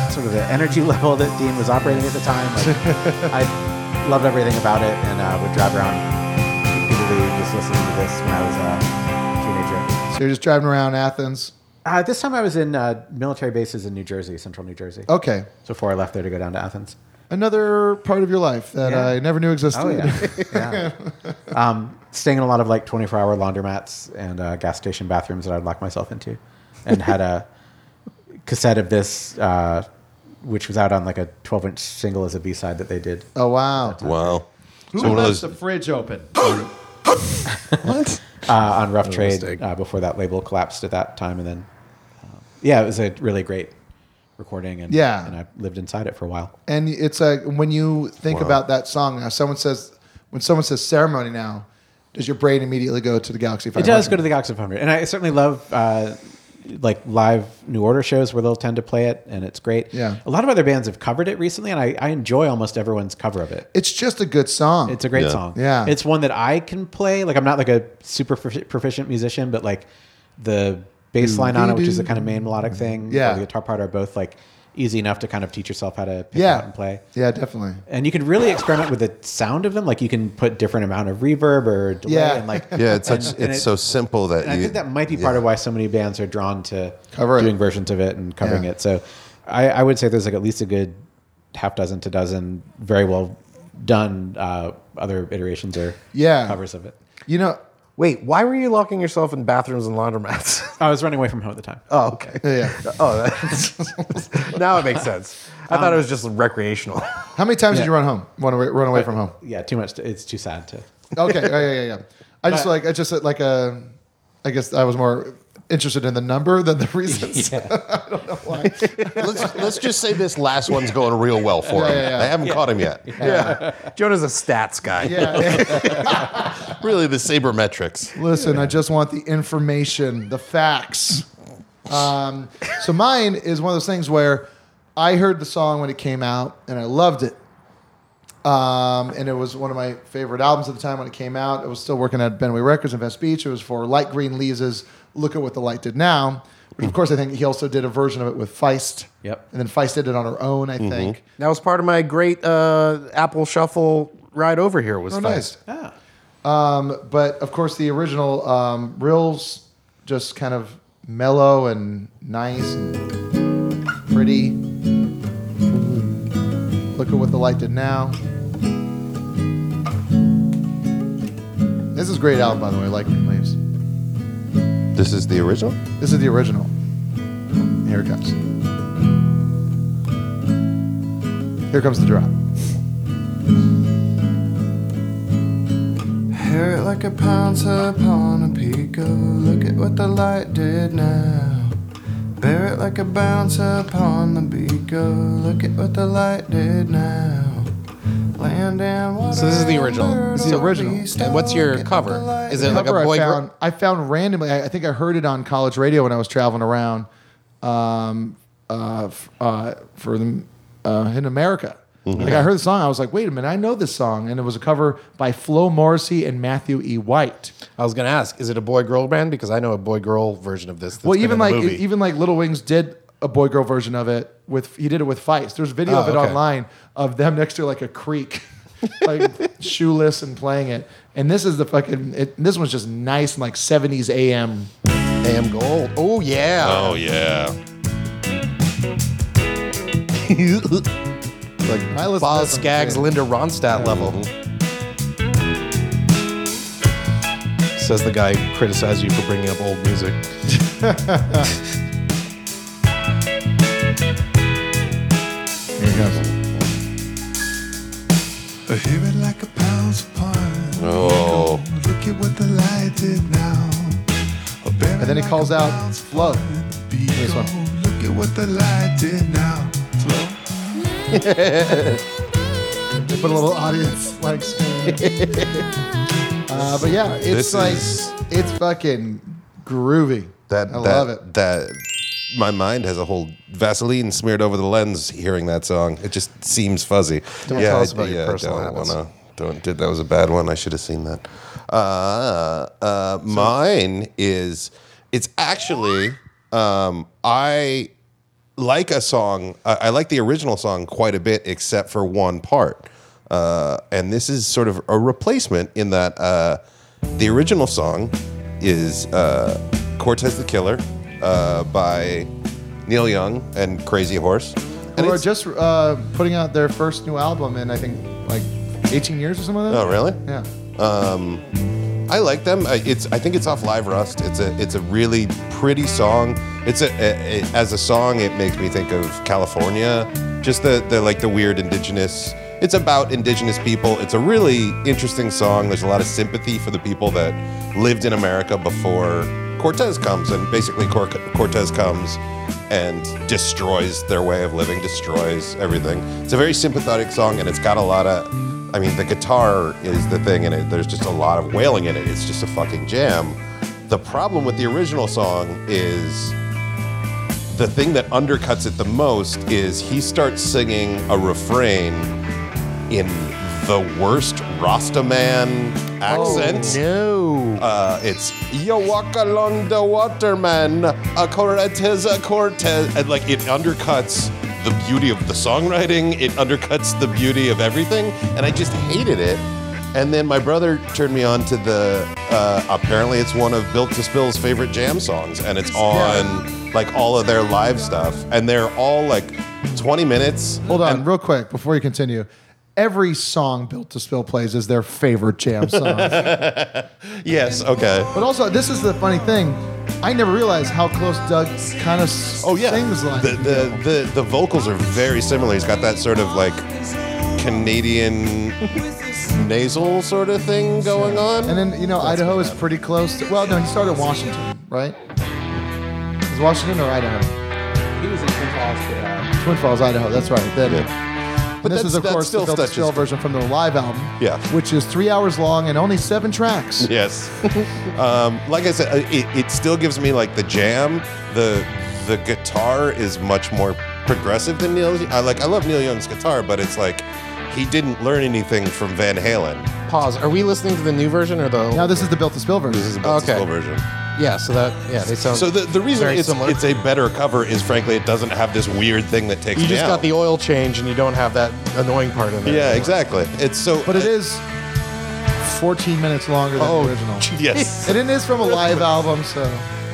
I: *laughs* sort of the energy level that Dean was operating at the time. Like, I loved everything about it, and uh, would drive around repeatedly just listening to this when I was uh, a teenager.
A: So you're just driving around Athens.
I: Uh, this time I was in uh, military bases in New Jersey, central New Jersey.
A: Okay.
I: So before I left there to go down to Athens.
A: Another part of your life that
I: Yeah.
A: I never knew existed.
I: Oh, yeah. Yeah. um, staying in a lot of like 24 hour laundromats and uh, gas station bathrooms that I'd lock myself into. And had a *laughs* cassette of this, uh, which was out on like a 12 inch single as a B side that they did.
A: *laughs* Oh wow!
H: Wow.
T: Who
I: So one of
T: left
I: those-
T: the fridge open?
I: what? Uh, on Rough
T: What a
I: Trade
T: mistake.
I: uh, before that label collapsed at that time. And then, uh, yeah, it was a really great recording. And,
A: Yeah.
I: and I lived inside it for a while.
A: And it's like when you think
I: Wow.
A: about that song now, someone says when someone says ceremony now, does your brain immediately go to the Galaxy
I: It
A: 500?
I: does go to the Galaxy 500, and I certainly love uh, like live New Order shows where they'll tend to play it, and it's great.
A: Yeah.
I: a lot of other bands have covered it recently, and I, I enjoy almost everyone's cover of it.
A: It's just a good song.
I: It's a great
A: Yeah.
I: song.
A: Yeah.
I: it's one that I can play. Like I'm not like a super profi- proficient musician, but like the bass line on it, which is the kind of main melodic thing,
A: Mm-hmm. Yeah.
I: or the guitar part are both like easy enough to kind of teach yourself how to pick
A: Yeah.
I: out and play.
A: Yeah, definitely.
I: And you can really experiment with the sound of them. Like you can put different amount of reverb or
A: *laughs*
I: delay,
A: Yeah.
I: and like
H: Yeah, it's such,
I: and- and
H: it's
I: it-
H: so simple that
I: and I
H: you,
I: think that might be part of why so many bands are drawn to
A: Cover it.
I: doing versions of it and covering
A: Yeah.
I: it. So I, I would say there's like at least a good half dozen to dozen very well done uh, other iterations or
A: Yeah.
I: covers of it.
A: You know,
B: wait, why were you locking yourself in bathrooms and
F: *laughs*
B: laundromats?
I: Oh, I was running away from home at the time.
B: Oh, okay.
I: *laughs*
A: Yeah.
B: Oh, that's, now it makes sense. I thought it was just recreational. *laughs*
A: How many times did you run home? Run away, run away from home?
I: Yeah, too much. To, it's too sad to.
A: Okay. Yeah, yeah, yeah. yeah. I just like I just said like a. I guess I was more interested in the number than the reasons. I don't know why.
H: let's, let's just say this last one's going real well *laughs* for
A: Yeah,
H: him.
A: yeah, yeah.
H: I haven't caught him yet.
A: Yeah.
B: Jonah's a stats guy.
H: really, the sabermetrics.
A: Listen, I just want the information, the facts. Um, so mine is one of those things where I heard the song when it came out and I loved it. Um, and it was one of my favorite albums at the time when it came out. I was still working at Benway Records in Venice Beach. It was for Light Green Lees's Look at What the Light Did Now, which, of course, I think he also did a version of it with Feist.
I: Yep.
A: And then Feist did it on her own, I think.
B: That was part of my great uh, Apple Shuffle ride over here. Was
A: oh,
B: fun.
A: nice. Um, but of course, the original um, Rill's just kind of mellow and nice and pretty. Look at what the light did now. This is a great album, by the way. Like Green Leaves.
H: This is the original?
A: This is the original. Here it comes. Here comes the drop.
U: Hair like a pounce upon a pico. Look at what the light did now. Bear it like a bounce upon the beaco. Look at what the light did now. Land and water.
F: So this is the original.
U: and
F: It's
U: bird
F: the
U: on
F: original.
U: beast
F: And what's
U: all
F: your
U: get the
F: cover?
U: light
F: Is
A: The
F: it like a
A: cover
F: boy
A: I
F: group?
A: found, I found randomly. I, I think I heard it on college radio when I was traveling around um, uh, f- uh, for the, uh, in America.
F: Mm-hmm.
G: Mhm.
A: Like I heard the song, I was like, "Wait a minute, I know this song," and it was a cover by Flo Morrissey and Matthew E. White.
F: I was going to ask, is it a boy girl band? Because I know a boy girl version of this. that's
A: well,
F: been
A: even
F: in a
A: like
F: movie.
A: even like Little Wings did a boy girl version of it with he did it with Feist. There's video
F: Oh,
A: of it
F: okay.
A: online of them next to like a creek, *laughs* like shoeless and playing it. And this is the fucking it, this one's just nice and like 70s AM
F: AM gold. Oh yeah. *laughs*
H: Oh, yeah.
A: like I listen
B: Boz Skaggs, Linda Ronstadt level.
F: Says the guy who criticized you for bringing up old music.
A: Here it goes.
U: Hear it like a pounce upon.
H: Oh.
U: Look at what the light did now.
A: And then he calls out Flo. This one.
U: Look at what the light did now.
A: they put a little audience like screen. uh, but yeah, it's
H: This
A: like
H: is-
A: it's fucking groovy.
H: That,
A: I
H: that,
A: love it.
H: That my mind has a whole Vaseline smeared over the lens hearing that song. It just seems fuzzy.
A: Don't tell us about your
H: I
A: personal
H: don't
A: habits.
H: wanna- don't did that was a bad one. I should have seen that. Uh, uh, mine is it's actually um, I like a song. I, I like the original song quite a bit, except for one part. Uh, and this is sort of a replacement in that uh, the original song is uh, Cortez the Killer uh, by Neil Young and Crazy Horse.
A: Who are just uh, putting out their first new album in I think like 18 years or something like that.
H: Oh, really?
A: Yeah.
H: Um, I like them. I, it's I think it's off Live Rust. It's a it's a really pretty song. It's a, a, a- as a song it makes me think of California, just the the like the weird indigenous. It's about indigenous people. It's a really interesting song. There's a lot of sympathy for the people that lived in America before Cortez comes, and basically Cor- Cortez comes and destroys their way of living, destroys everything. It's a very sympathetic song, and it's got a lot of I mean, the guitar is the thing, and it, there's just a lot of wailing in it. It's just a fucking jam. The problem with the original song is the thing that undercuts it the most is he starts singing a refrain in the worst Rastaman
F: Oh,
A: Oh,
H: accent.
B: no.
H: Uh, it's you walk along the waterman, a Cortez, a Cortez, and like it undercuts the beauty of the songwriting. It undercuts the beauty of everything, and I just hated it. And then my brother turned me on to the. Uh, apparently, it's one of Built to Spill's favorite jam songs, and it's on like all of their live stuff, and they're all like 20 minutes.
A: Hold on, real quick, before you continue. Every song Built to Spill plays is their favorite jam song.
H: *laughs* yes. Okay.
A: but also, this is the funny thing. I never realized how close Doug kind of s- sings like.
H: Oh, the, the, the the vocals are very similar. He's got that sort of like
F: *laughs*
H: Canadian nasal sort of thing going on.
A: And then you know Idaho is pretty close. to... Well, no, he started in Washington, right? Is Washington or Idaho?
I: He was in Twin Falls, yeah.
A: Twin Falls, Idaho. That's right. Then,
H: uh, But
A: and this
H: that's-
A: is of
H: that's
A: course
H: still
A: the Built to
H: such a-
A: Spill version from their live album,
H: Yeah.
A: which is three hours long and only seven tracks.
F: *laughs*
H: Yes. um, like I said, uh, it, it still gives me like the jam. The the guitar is much more progressive than Neil. I like I love Neil Young's guitar, but it's like he didn't learn anything from Van Halen.
F: Pause. Are we listening to the new version or the?
A: Now this is the Built to Spill version. This
H: is the Built
F: Okay.
H: to Spill version.
F: Yeah. So that. Yeah. They sound.
H: so the, the reason
F: very
H: it's,
F: similar.
H: it's a better cover is frankly it doesn't have this weird thing that takes
F: you
H: me
F: just
H: out.
F: got the oil change and you don't have that annoying part in there.
H: Yeah, exactly. It's so.
A: But it is 14 minutes longer than
H: Oh,
A: the original. *laughs*
H: yes.
A: and it is from a live album, so.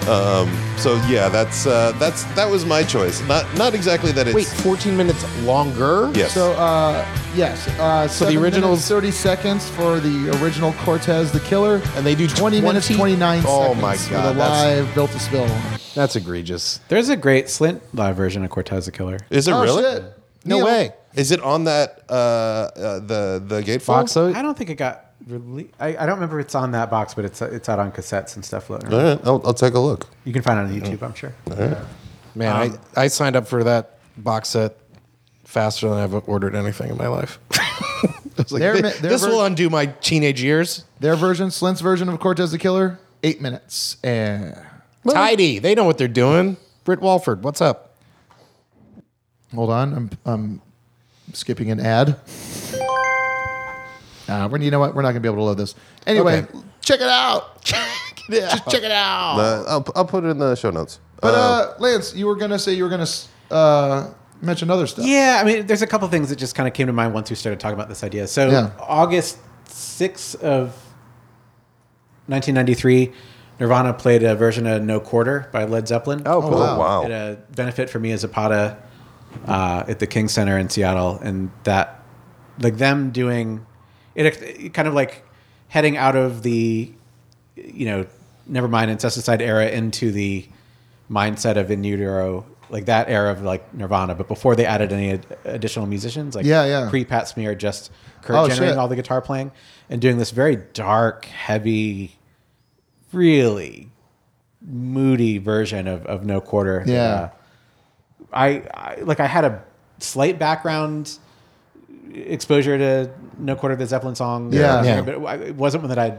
H: Um, so yeah, that's uh, that's that was my choice. Not not exactly that it's
F: Wait, 14 minutes longer?
H: Yes.
A: So, uh, yes. Uh,
F: So the
A: seven
F: original's-
A: minutes, 30 seconds for the original Cortez the Killer.
F: And they do
A: 20, minutes, 29
F: Oh,
A: seconds
F: my
A: for
F: God,
A: the
F: that's-
A: live Built to Spill.
F: That's egregious.
I: There's a great Slint live version of Cortez the Killer.
H: Is it
A: Oh,
H: really?
A: shit.
F: No
A: Neil.
F: way.
H: Is it on that uh, uh, the the gatefold?
I: Box? I don't think it got released. I, I don't remember if it's on that box, but it's it's out on cassettes and stuff floating
H: All
I: around.
H: right, I'll, I'll take a look.
I: You can find it on
A: Oh.
I: YouTube, I'm sure.
F: Man, I, I signed up for that box set faster than I've ordered anything in my life. *laughs* I was like,
A: Their
F: "Thi-
A: mi-
F: this,
A: their ver-
F: will undo my teenage years.
A: Their version, Slint's version of Cortez the Killer, eight minutes. And
F: Tidy. They know what they're doing. Britt Walford, what's up?
A: hold on, I'm, I'm skipping an ad. Uh, we're, you know what? We're not going to be able to load this. Anyway, check it
F: *laughs*
A: out. Just check it out.
H: Uh, I'll, I'll put it in the show notes.
A: But uh, Lance, you were gonna say you were gonna uh, mention other stuff.
I: Yeah, I mean, there's a couple things that just kind of came to mind once we started talking about this idea. So
A: Yeah.
I: August 6th of 1993, Nirvana played a version of No Quarter by Led Zeppelin.
F: Oh, cool.
H: Oh, wow.
I: At a uh, benefit for Mia Zapata uh, at the King Center in Seattle. And that, like them doing, it, it kind of like heading out of the, you know, never mind Incesticide era into the mindset of in utero like that era of like nirvana but before they added any ad- additional musicians like
A: Yeah, yeah.
I: pre pat smear just kurt
A: Oh,
I: generating
A: shit.
I: all the guitar playing and doing this very dark heavy really moody version of, of no quarter Uh,
A: Yeah.
I: I, I like i had a slight background exposure to no quarter of the zeppelin song Uh,
A: Yeah.
F: Yeah.
I: but I- it wasn't one that i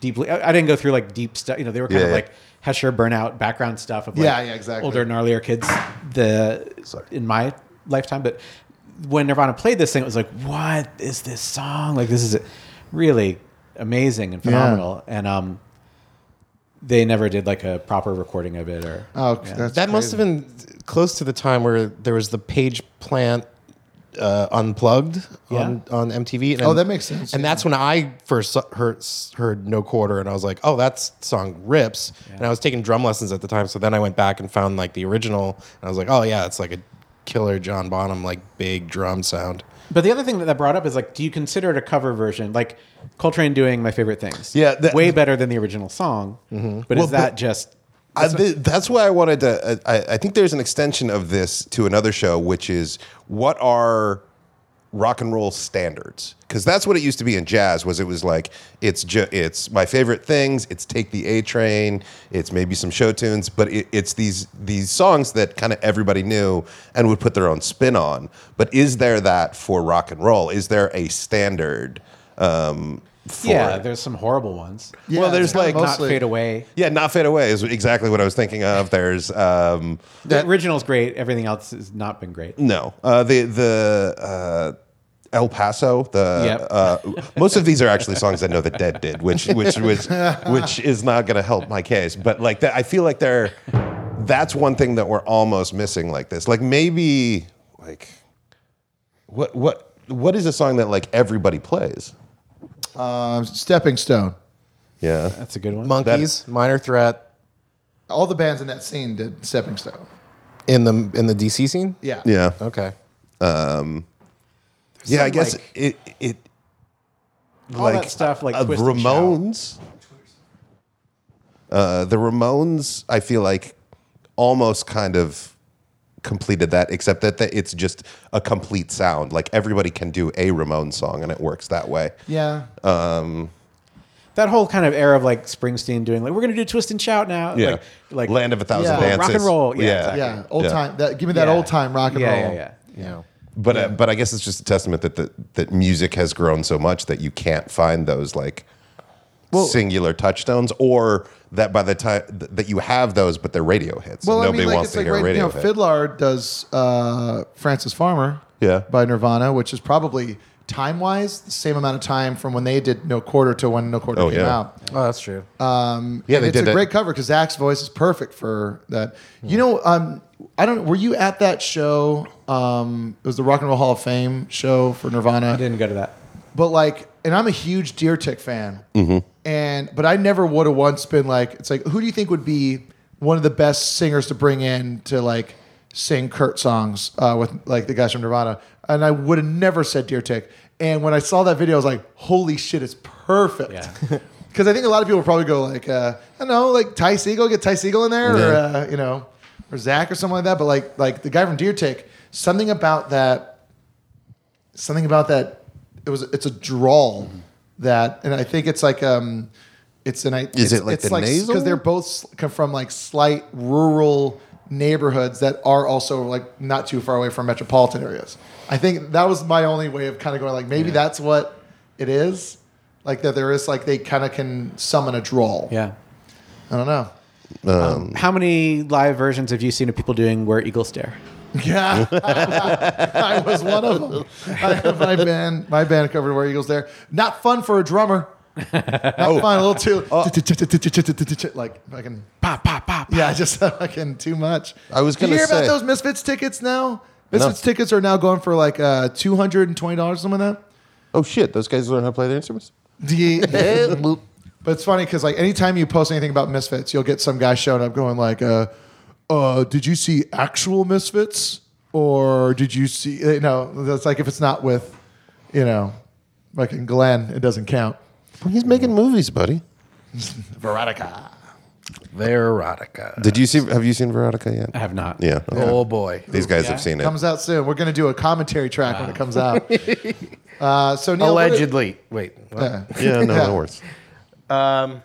I: deeply i I didn't go through like deep stuff you know they were kind of
H: Yeah.
I: like Hesher burnout background stuff of like
A: Yeah, yeah, exactly.
I: older gnarlier kids the in my lifetime but when Nirvana played this thing it was like what is this song like this is really amazing and
A: Yeah.
I: phenomenal and um they never did like a proper recording of it or
A: Oh,
I: yeah.
A: that's
F: that must have
A: crazy.
F: been close to the time where there was the page plant uh, Unplugged
A: Yeah.
F: on, on MTV.
A: Oh, that makes sense,
F: And that's when I first saw- heard, heard No Quarter, and I was like, oh, that song rips. And I was taking drum lessons at the time, so then I went back and found like the original, and I was like, oh yeah, it's like a killer John Bonham like big drum sound.
I: But the other thing that that brought up is like, do you consider it a cover version? Like Coltrane doing my favorite things.
H: Yeah, that-
I: way better than the original song. But
H: Well,
I: is that
H: but-
I: just?
H: I, th- that's why I wanted to. uh, I, I think there's an extension of this to another show, which is what are rock and roll standards? Because that's what it used to be in jazz. Was it was like it's ju- it's my favorite things. It's Take the A Train. It's maybe some show tunes, but it, it's these these songs that kind of everybody knew and would put their own spin on. But is there that for rock and roll? Is there a standard? Um, for
I: yeah,
H: it?
I: there's some horrible ones.
H: well, there's like
I: not fade away.
H: Yeah, not fade away is exactly what I was thinking of. There's um,
I: The original's great. Everything else has not been great.
H: no uh, the the uh, El Paso. The
I: Yep.
H: uh, most of these are actually songs I know the Dead did, which which which which is not going to help my case. But like that, I feel like they're that's one thing that we're almost missing. Like this, like maybe like what what what is a song that like everybody plays?
A: Um, Stepping Stone.
H: Yeah,
I: that's a good one.
F: Monkeys, Minor Threat
A: All the bands in that scene did Stepping Stone.
F: in the in the DC scene.
A: Yeah.
H: Yeah.
F: Okay.
H: Um, yeah, I
F: some,
H: guess
F: like-
H: it it
I: All that stuff like
H: uh,
I: Twist and
H: Ramones. Uh, the Ramones, I feel like, almost kind of completed that, except that that it's just a complete sound. Like everybody can do a Ramone song, and it works that way.
A: Yeah.
H: Um,
I: That whole kind of era of like Springsteen doing like we're gonna do twist and shout now.
H: Yeah.
I: Like, like
H: Land of a Thousand
I: Yeah. Rock and
H: Dances.
I: roll. Yeah.
H: Yeah.
I: exactly.
A: Yeah, old
H: Yeah.
A: time. That, give me that
I: Yeah.
A: old time rock and
I: Yeah,
A: roll.
I: yeah,
F: yeah. yeah.
H: but uh, but I guess it's just a testament that the, that music has grown so much that you can't find those like singular touchstones, or that by the time th- that you have those, but they're radio hits. and nobody wants to hear
A: right-
H: a radio
A: you know,
H: hit.
A: Fiddler does uh, Francis Farmer
H: Yeah.
A: by Nirvana, which is probably time wise the same amount of time from when they did No Quarter to when No Quarter
H: Oh,
A: came
H: yeah.
A: out.
F: Oh, that's true.
A: Um,
H: Yeah,
A: and
H: they
A: it's
H: did
A: a
H: that-
A: great cover because Zach's voice is perfect for that. You know, um, I don't. Were you at that show? Um, it was the Rock and Roll Hall of Fame show for Nirvana. I
I: didn't go to that,
A: but like, and I'm a huge Deer Tick fan.
H: Mhm.
A: And but I never would have once been like, it's like, who do you think would be one of the best singers to bring in to like sing Kurt songs uh, with like the guys from Nirvana? And I would have never said Deer Tick. And when I saw that video, I was like, holy shit, it's perfect. *laughs* Because I think a lot of people probably go like, uh, I don't know, like Ty Siegel, get Ty Siegel in there, or
H: Yeah.
A: uh, you know, or Zach or something like that. But like, like the guy from Deer Tick, something about that, something about that. It was, it's a drawl
H: Mm-hmm.
A: that, and I think it's like, um, it's an, it's,
H: it like the nasal?
A: Because they're both s- come from like slight rural neighborhoods that are also like not too far away from metropolitan areas. I think that was my only way of kind of going like maybe that's what it is. Like that there is like they kind of can summon a drawl.
I: Yeah.
A: I don't know.
I: Um,
H: Mm.
I: How many live versions have you seen of people doing where eagles dare?
A: Yeah,
H: *laughs*
A: *laughs* I was one of them. *laughs* I, my band, my band covered "Where Eagles There." Not fun for a
H: *laughs*
A: drummer. Not fun. A little too
H: Oh.
A: *laughs* like fucking pop, pop, pop. Yeah, just *laughs* fucking too much.
H: I was
A: Did
H: gonna
A: you hear about
H: say-
A: those Misfits tickets now? Misfits tickets are now going for like uh, two hundred and twenty dollars, something like that.
H: oh shit, those guys learn how to play their instruments.
A: The- E. but it's funny because like anytime you post anything about misfits, you'll get some guy showing up going like, uh, uh, "Did you see actual misfits, or did you see?" You know, that's like if it's not with, you know, like in Glenn, it doesn't count.
H: Well, he's making movies, buddy.
A: Veronica.
F: Veronica.
H: Did you see? Have you seen Veronica yet? I
I: have not.
H: Yeah.
F: Oh boy.
H: These guys have seen it.
A: Comes out soon. We're gonna do a commentary track when it comes out. uh, so Neil, what did-
F: Allegedly. Wait. what?
A: Yeah.
H: *laughs* yeah, no, no worries.
F: Um,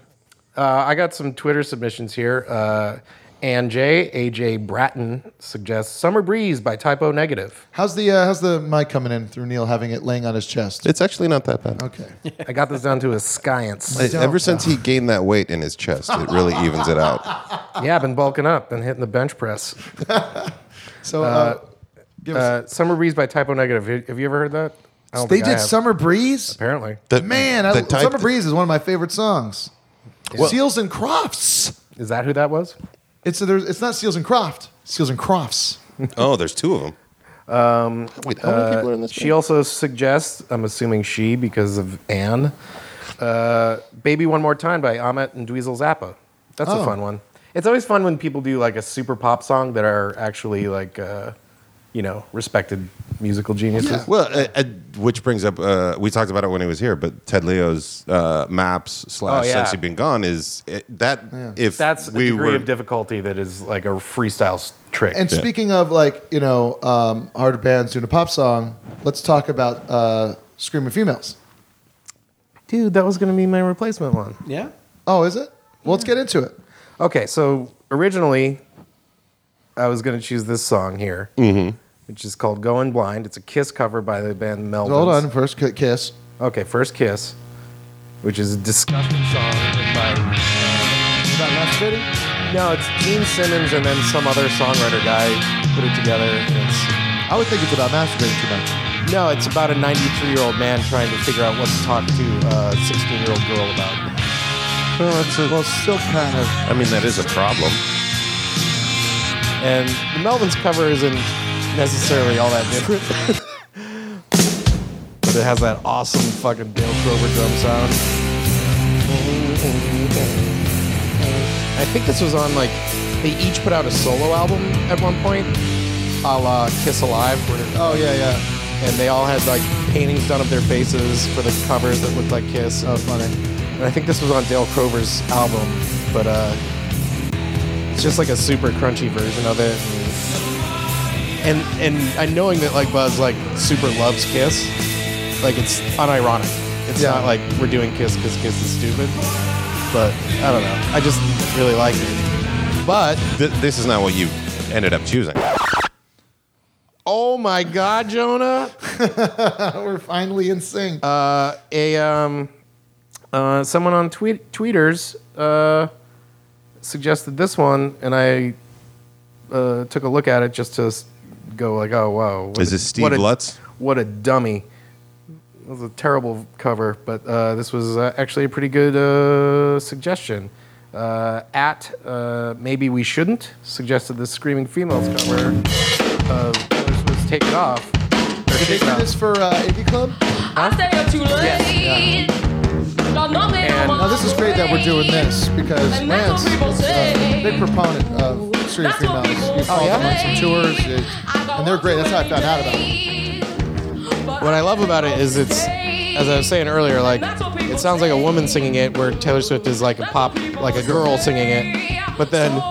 F: uh, I got some Twitter submissions here. Uh, Ann J. AJ Bratton suggests "Summer Breeze" by Typo Negative.
A: How's the uh, how's the mic coming in through Neil having it laying on his chest?
H: It's actually not that bad.
A: Okay.
F: I got this down to a science.
H: I- ever since he gained that weight in his chest, it *laughs* really evens it out.
F: yeah, I've been bulking up, been hitting the bench press.
A: so,
F: uh,
A: give
F: uh, "Summer Breeze" by Typo Negative. Have you- Have you ever heard that? I
A: uh,
F: don't
A: They
F: think I
A: did
F: have.
A: Summer Breeze.
F: Apparently,
A: Man, I, Summer
H: *laughs*
A: Breeze is one of my favorite songs. Seals and Crofts.
F: Is that who that was?
A: It's there's, it's not Seals and Croft. Seals and Crofts.
H: Oh, there's two of them.
F: Um,
H: Wait, how many people are in this
F: She
H: band?
F: also suggests, I'm assuming she because of Anne, uh, Baby One More Time by Amit and Dweezil Zappa. That's
V: Oh.
F: a fun one. It's always fun when people do like a super pop song that are actually like, uh, you know, respected musical geniuses.
H: Well, uh, uh, which brings up, uh, we talked about it when he was here, but Ted Leo's uh, maps slash
F: Oh, yeah.
H: since you've been gone is it, that if
F: that's
H: we
F: a degree
H: were
F: of difficulty that is like a freestyle s- trick.
A: And speaking of like you know um, hard bands doing a pop song, let's talk about uh, screaming females.
F: dude, that was going to be my replacement one.
I: Yeah.
A: Oh, is it? Well, let's get into it.
F: Okay, so originally, I was going to choose this song here,
H: Mhm.
F: which is called "Going Blind." It's a Kiss cover by the band Melvins.
A: Hold on, first ki- kiss.
F: Okay, first Kiss, which is a disgusting song written by. Is that Left City? No, it's Gene Simmons and then some other songwriter guy put it together. And it's,
A: I would think it's about masturbating too much.
F: No, it's about a 93 year old man trying to figure out what to talk to a 16 year old girl about.
A: Well, it's a, well, still kind of.
H: I mean, that is a problem.
F: And the Melvins cover isn't necessarily all that different. *laughs* but it has that awesome fucking Dale Crover drum sound. I think this was on like they each put out a solo album at one point, a la Kiss Alive. Where,
A: oh yeah, yeah.
F: And they all had like paintings done of their faces for the covers that looked like Kiss. Oh,
A: funny.
F: And I think this was on Dale Crover's album, but uh, it's just like a super crunchy version of it. And and, and I knowing that like Buzz like super loves Kiss, like it's unironic. It's not like we're doing Kiss because Kiss is stupid. But I don't know. I just really like it. But
H: Th- this is not what you ended up choosing.
F: oh my God, Jonah,
A: *laughs* we're finally in sync.
F: Uh, a um, uh, someone on tweet tweeters uh, suggested this one, and I uh, took a look at it just to s- go like, oh wow,
H: Is this Steve
F: what a,
H: Lutz?
F: What a dummy! It was a terrible cover, but uh, this was uh, actually a pretty good uh, suggestion. Uh, at uh, maybe we shouldn't suggested the screaming females cover of Taylor Swift's "Take It Off." Or
A: Did they
F: Shake It
A: do
F: Off.
A: this for uh, AV Club?
N: I stay up too late. Y'all know me no more.
A: now uh, this is great that we're doing this because
N: And that's
A: Lance,
N: what people
A: uh,
N: say.
A: big proponent of Street Females. We
F: Oh,
A: followed them on some tours, it- and they're great. That's how I found out about it.
F: What I love about it is it's, as I was saying earlier, like it sounds like a woman singing it, where Taylor Swift is like a pop, like a girl singing it, but then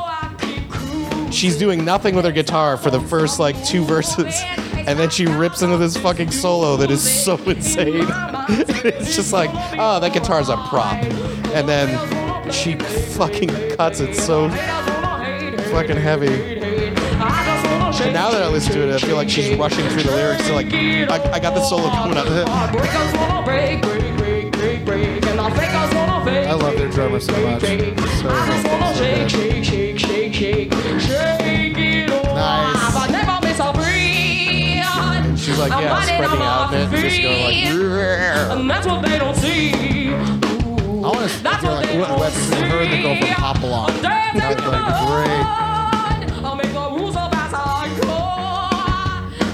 F: she's doing nothing with her guitar for the first like two verses, and then she rips into this fucking solo that is so insane. *laughs* it's just like, oh, that guitar's a prop, and then she fucking cuts it so fucking heavy. And now that I listen to it, I feel like she's rushing through the lyrics to like, I, I got the solo coming up. *laughs*
N: Breakers wanna break, break, break, break, break, and I think I was gonna fake.
A: I love their drummer so much.
N: I just wanna shake, shake, shake, shake, shake, shake it all. Nice. I never miss a beat.
F: She's like, yeah, spreading out and just going like,
N: and that's what they don't see.
A: I want to feel like what web between her and the girl from Hopalong. That's like
N: I make the rules up as I go,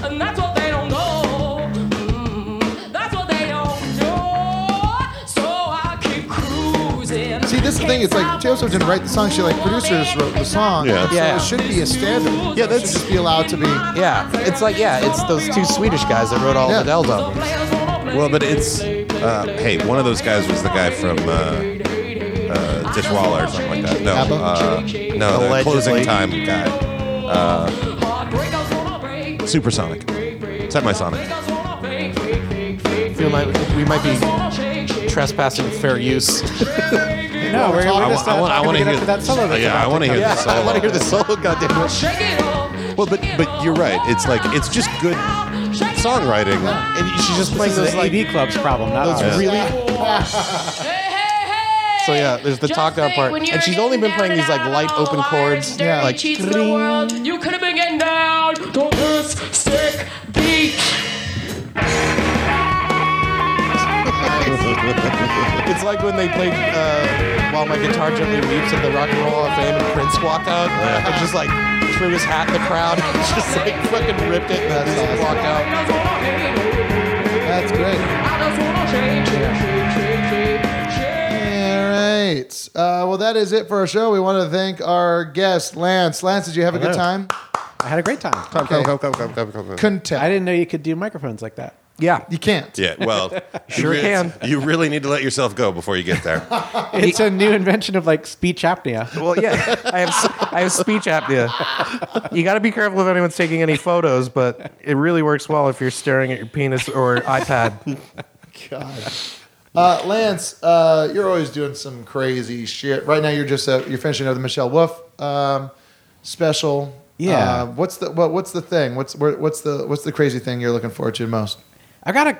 N: and that's what they don't know. Mm, that's what they don't know. So I keep cruising.
A: great. See, this is the thing. It's like Taylor Swift didn't write the song. She like producers wrote the song.
F: Yeah.
A: So
F: Yeah.
A: it should be a standard. Yeah, that should just be allowed to be.
F: Yeah, it's like yeah, it's those two Swedish guys that wrote all the Dells albums.
H: Well, but it's uh, hey, one of those guys was the guy from uh, uh, Dishwalla or something like that. No,
F: ABBA?
H: uh, no, the
F: Allegedly.
H: closing time guy. Uh, supersonic. Semi-sonic.
F: I feel like we might be trespassing fair use.
I: No, we're- we're just not
H: I
I: talking
H: want to
I: about
H: hear
I: it, that solo that's
H: Yeah, I
I: about
H: want
I: to
H: to hear
I: come
H: the
I: out.
H: solo.
I: Yeah, I wanna hear the
F: solo. Goddamn
H: Well, but but you're right. It's like it's just good
N: *laughs*
H: songwriting.
F: And she's just
I: playing those like AV club's problem, not
H: Those
I: ours.
H: really-
F: So yeah, there's the talked out part,
N: when you're
F: and she's only been playing these like light open chords,
N: Yeah.
F: like
N: cheats the world. You could have been getting down to this sick beat.
F: it's like when they played uh, "While My Guitar Gently Weeps" at the Rock and Roll Hall of Fame, and Prince walked out. It's just like
B: threw his hat in the crowd
F: *laughs*
B: and just like fucking ripped it and just walked out.
A: That's great. All right. Uh, well, that is it for our show. We want to thank our guest, Lance. Lance, did you have a good time?
I: Hello. I had a great time.
A: Come, come, come, come,
H: come, come, come.
A: Couldn't tell.
I: I didn't know you could do microphones like *laughs* that.
F: Yeah.
A: You can't.
H: Yeah, well, you
I: Sure
H: really-
I: can.
H: You really need to let yourself go before you get there.
I: It's a new invention of like speech apnea.
B: Well, yeah, I have s- I have speech apnea. You got to be careful if anyone's taking any photos, but it really works well if you're staring at your penis or iPad.
A: God. Uh, Lance, uh, you're always doing some crazy shit. Right now, you're just uh, you're finishing up the Michelle Wolf um, special.
I: Yeah.
A: Uh, what's the what, what's the thing? What's where, what's the what's the crazy thing you're looking forward to most?
I: I got a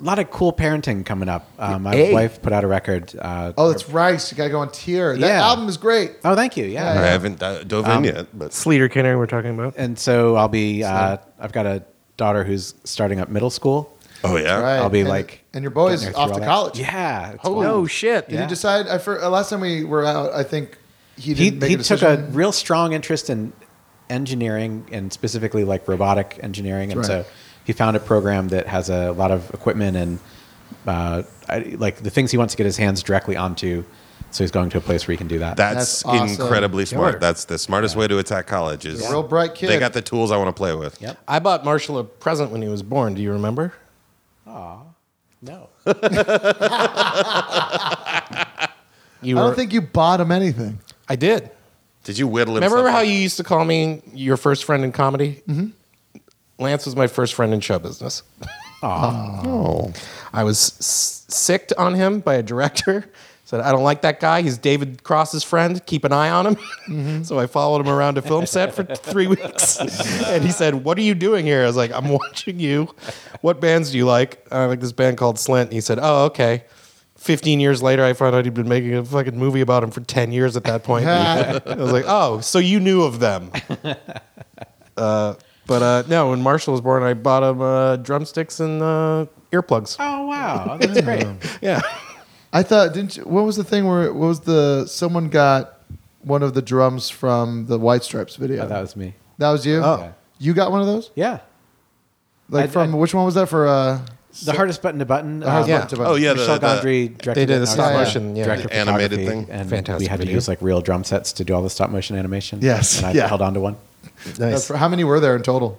I: lot of cool parenting coming up. Uh, my
A: Hey.
I: wife put out a record. Uh,
A: Oh, it's Rice. You gotta go on tier. That
I: Yeah.
A: album is great.
I: Oh, thank you. Yeah.
A: Yeah,
H: I haven't uh, dove
I: Um,
H: in yet, but
B: Sleater Kinner, we're talking about.
I: and so I'll be. Uh, I've got a daughter who's starting up middle school.
H: Oh yeah,
A: Right.
I: I'll be
A: And-
I: like,
A: and your boy's
I: getting her through
A: Oh, off
I: all
A: to
I: that.
A: college.
I: Yeah. it's
F: Oh,
A: Holy-
I: wild.
A: Did
I: Yeah.
A: you decide? I for, uh, last time we were out, I think he
I: he,
A: didn't make
I: he
A: a
I: took
A: decision.
I: a real strong interest in engineering and specifically like robotic engineering and
A: Right.
I: so he found a program that has a lot of equipment and uh, I, like the things he wants to get his hands directly onto so he's going to a place where he can do that
H: That's, incredibly smart. That's the smartest way to attack college. Is
F: He's a real
A: bright
H: They
F: kid.
H: got the tools I want to play with.
I: Yep.
F: I bought Marshall a present when he was born. Do you remember?
I: Aw, no
F: You
A: I
F: were-
A: don't think you bought him anything.
F: I did.
H: Did you whittle him?
F: Remember how you used to call me your first friend in comedy? Mm-hmm. Lance was my first friend in show business.
H: Oh.
F: I was s- sicked on him by a director. *laughs* Said, I don't like that guy. He's David Cross's friend. Keep an eye on him.
A: Mm-hmm.
F: *laughs* so I followed him around a film
A: *laughs*
F: set for three weeks. and he said, What are you doing here? I was like, I'm watching you. What bands do you like? I like this band called Slint. And he said, Oh, okay. 15 years later, I found out he'd been making a fucking movie about him for 10 years at that
A: *laughs*
F: point. I was like, Oh, so you knew of them. Uh, but uh, no, when Marshall was born, I bought him uh, drumsticks and uh, earplugs.
I: oh wow that's
A: *laughs*
I: great
F: yeah.
A: Ah. I thought didn't you, what was the thing where what was the someone got one of the drums from the White Stripes video?
I: Oh, that was me.
A: That was you.
I: Oh. Yeah.
A: you got one of those?
I: Yeah.
A: Like
I: I-
A: from which one was that for? Uh,
I: the hardest button to button
A: The hardest
I: um,
A: button to button. Oh, yeah, the-
I: Michel
A: the-
I: Gondry
A: they
I: directed
A: did
I: it,
A: a
I: and
A: stop
I: I was
A: motion, yeah.
I: director
A: The animated
I: photography,
A: thing.
I: and we
A: Fantastic
I: had to
A: video.
I: use like real drum sets to do all the stop motion animation
A: Yes,
I: and I
A: yeah.
I: held on to one
A: That's for- how many were there in total?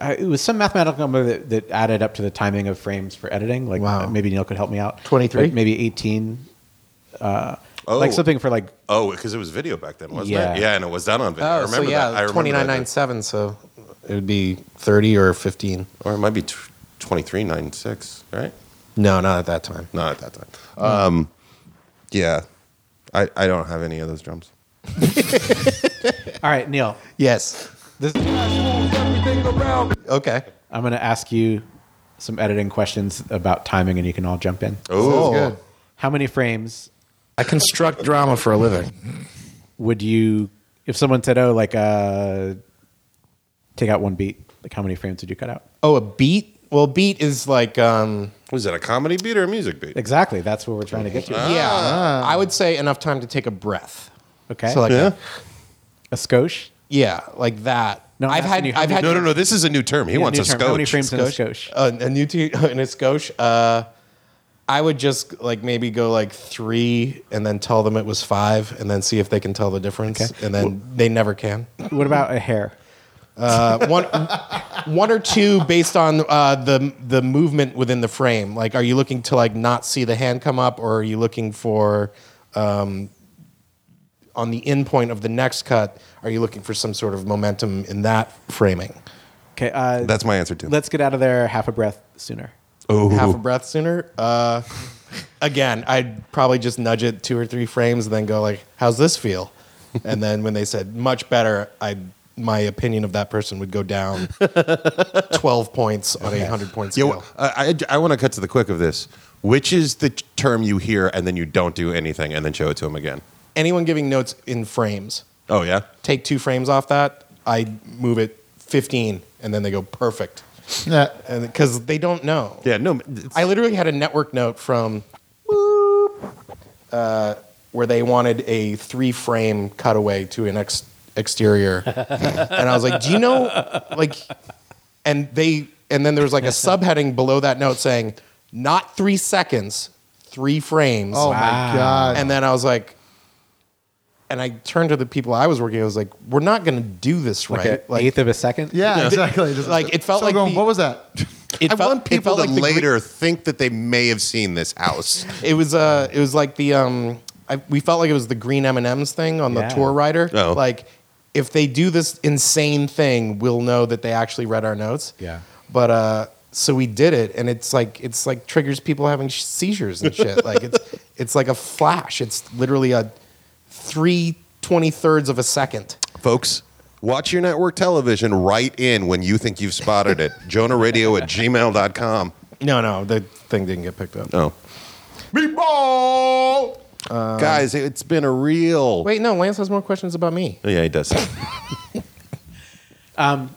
I: I, it was some mathematical number that, that added up to the timing of frames for editing. Like uh, maybe Neil could help me out.
F: 23?
I: Like, maybe 18. Uh,
H: Oh.
I: Like something for like,
H: Oh, because it was video back then, wasn't
F: Yeah. Oh,
H: it? Yeah, and it was done on video. I remember
F: so yeah,
H: that. I remember
F: twenty nine
H: that.
F: nine seven. So it would be thirty or fifteen,
H: or it might be twenty three nine six, right?
F: no, not at that time.
H: Not at that time. Um, yeah, I, I don't have any of those drums.
I: all right, Neil.
F: Yes. This, okay.
I: I'm going to ask you some editing questions about timing and you can all jump in.
F: Oh. Sounds good.
I: How many frames
F: I construct drama for a living.
I: would you, if someone said, oh, like, uh, take out one beat, like how many frames would you cut out?
F: Oh, a beat. Well, beat is like. Um,
H: Was it a comedy beat or a music beat?
I: Exactly. That's what we're trying to get to.
F: Yeah, I would say enough time to take a breath.
I: Okay.
F: So like yeah,
I: a, skosh.
F: Yeah, like that.
I: No, I'm
F: I've had.
I: asking you how
F: I've
I: many-
F: had.
I: No, no, no,
H: this is a new term. He
I: Yeah, wants new a term. How many skosh. frames in a
F: Uh, a new t- *laughs* in a skosh. Uh, I would just like maybe go like three, and then tell them it was five, and then see if they can tell the difference, and then they never can.
I: What about a hair?
F: Uh, one, one or two based on uh, the the movement within the frame. Like, are you looking to like not see the hand come up, or are you looking for um, on the end point of the next cut? Are you looking for some sort of momentum in that framing?
I: Okay. Uh,
H: That's my answer too.
I: Let's get out of there half a breath sooner.
H: Oh,
F: half a breath sooner. Uh, again, I'd probably just nudge it two or three frames and then go like, "How's this feel?" And then when they said much better, I my opinion of that person would go down twelve points on a hundred point
H: Yeah,
F: scale.
H: well, I, I, want to cut to the quick of this. Which is the t- term you hear and then you don't do anything and then show it to him again?
F: Anyone giving notes in frames,
H: Oh yeah,
F: take two frames off that. I move it fifteen, and then they go perfect.
A: Yeah.
F: because they don't know.
H: Yeah, no.
F: I literally had a network note from uh, where they wanted a three frame cutaway to an ex- *laughs* exterior. and I was like, do you know, like, and they, and then there was like a *laughs* subheading below that note saying, not three seconds, three frames.
A: Oh my Wow. God.
F: And then I was like, and I turned to the people I was working. with, I was like, "We're not going to do this
I: Like
F: right."
I: an eighth of a second?
A: Yeah, exactly. Just-
F: like it felt
A: so
F: like
A: going,
F: the-
A: what was that?
F: It
H: I
F: felt-
H: want
F: it felt
H: people to
F: like the Greek-
H: later think that they may have seen this house.
F: It was uh, it was like the um, I, we felt like it was the green M and M's thing on the
H: Yeah.
F: tour rider.
H: Oh.
F: Like, if they do this insane thing, we'll know that they actually read our notes.
I: Yeah.
F: But uh, so we did it, and it's like it's like triggers people having sh- seizures and shit. like it's it's like a flash. It's literally a three twenty thirds of a second.
H: Folks, watch your network television Write in when you think you've spotted it. *laughs* JonahRadio at gmail.com.
F: No, no, the thing didn't get picked up.
H: No.
F: Meatball.
H: Guys, it's been a real.
F: Wait, no. Lance has more questions about me.
H: Oh, yeah, he does.
I: Um,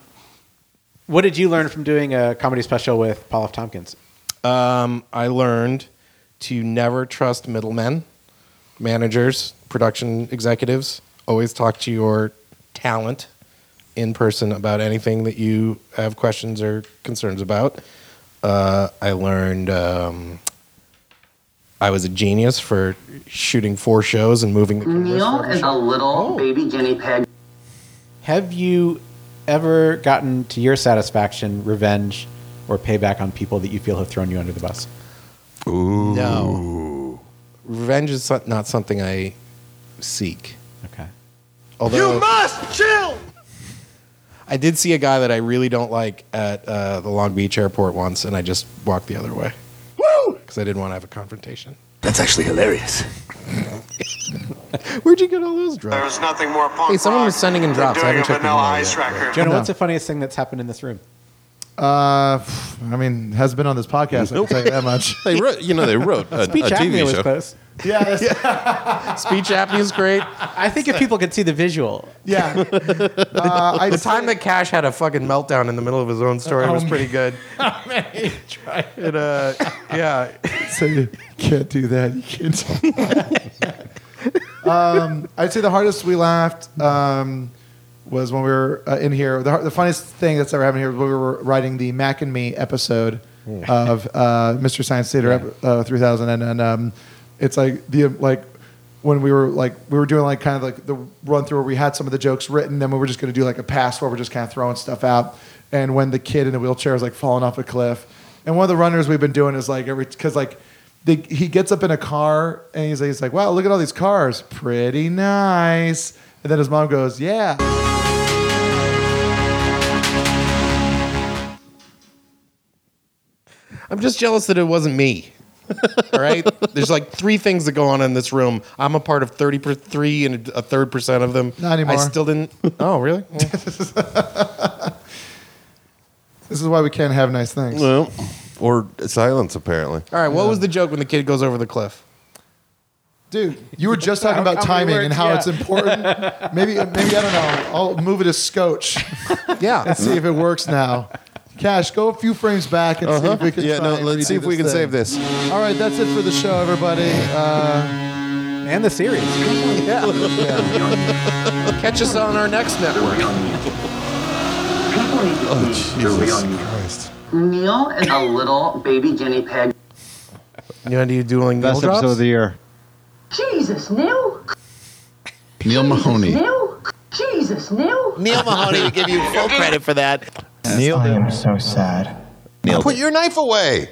I: what did you learn from doing a comedy special with Paul F. Tompkins?
F: Um, I learned to never trust middlemen, managers, production executives. Always talk to your talent in person about anything that you have questions or concerns about. Uh, I learned um, I was a genius for shooting four shows and moving the
T: Neil is a little baby guinea pig.
I: Have you ever gotten to your satisfaction revenge or payback on people that you feel have thrown you under the bus?
H: Ooh.
F: No. Revenge is so- not something I seek.
I: Okay.
F: Although
D: must chill.
F: I did see a guy that I really don't like at uh, the Long Beach airport once, and I just walked the other way. Woo! Because I didn't want to have a confrontation.
D: That's actually hilarious.
F: Where'd you get all those drugs?
D: There's nothing more punk
F: Hey, someone was sending in drops. I haven't checked them all yet.
I: Jonah, what's the funniest thing that's happened in this room?
A: Uh, I mean, has been on this podcast. I can
I: Nope.
A: tell you that much.
H: They wrote- you know, they wrote a- *laughs* Speech a TV apnea was show. close.
A: *laughs* Yeah,
F: Speech apnea is great.
I: I think if people could see the visual,
A: yeah.
F: Uh, the time that Cash had a fucking meltdown in the middle of his own story was
A: Oh,
F: pretty good. It, uh, yeah.
A: *laughs* so you can't do that. You can't. *laughs* Do that. um, I'd say the hardest we laughed um, was when we were uh, in here. The, har- the funniest thing that's ever happened here was when we were writing the Mac and Me episode
U: Mm.
A: of uh, Mr. Science Theater ep- uh, 3000, and, and um, it's like the like. When we were like we were doing like kind of like the run through where we had some of the jokes written, then we were just going to do like a pass where we're just kind of throwing stuff out. And when the kid in the wheelchair is like falling off a cliff, and one of the runners we've been doing is like every because like they, he gets up in a car and he's like, he's like, wow, look at all these cars, pretty nice. And then his mom goes, yeah.
F: I'm just jealous that it wasn't me. All right. There's like three things that go on in this room. I'm a part of 30 per three and a third percent of them.
A: Not anymore.
F: I still didn't.
A: *laughs*
F: Oh, really?
A: This is why we can't have nice things.
H: Well, or silence, apparently.
F: All right. What was the joke when the kid goes over the cliff?
A: Dude, you were just talking about
F: How
A: timing
F: many
A: and how
F: words?
A: it's important. Maybe, maybe I don't know. I'll move it to scotch. *laughs*
F: Yeah.
A: and see if it works now. Cash, go a few frames back and see
H: Uh-huh.
A: if we can.
H: Yeah,
A: try
H: no,
A: and
H: let's see
A: redo
H: if we can
A: thing.
H: save this.
A: All right, that's it for the show, everybody. Uh,
I: and the series.
A: yeah.
F: Catch us on our next network.
H: Oh, Jesus Christ.
T: Neil is a little baby guinea pig.
F: You want to do dueling
T: Best
F: needle
T: episode
F: drops?
T: of the
W: year.
T: Jesus, Neil.
W: Neil Mahoney.
T: Neil. Jesus, Neil.
F: Neil Mahoney, we give
T: *laughs*
F: you full credit for that.
W: Neil, I am so sad. Neil,
H: Put your knife away.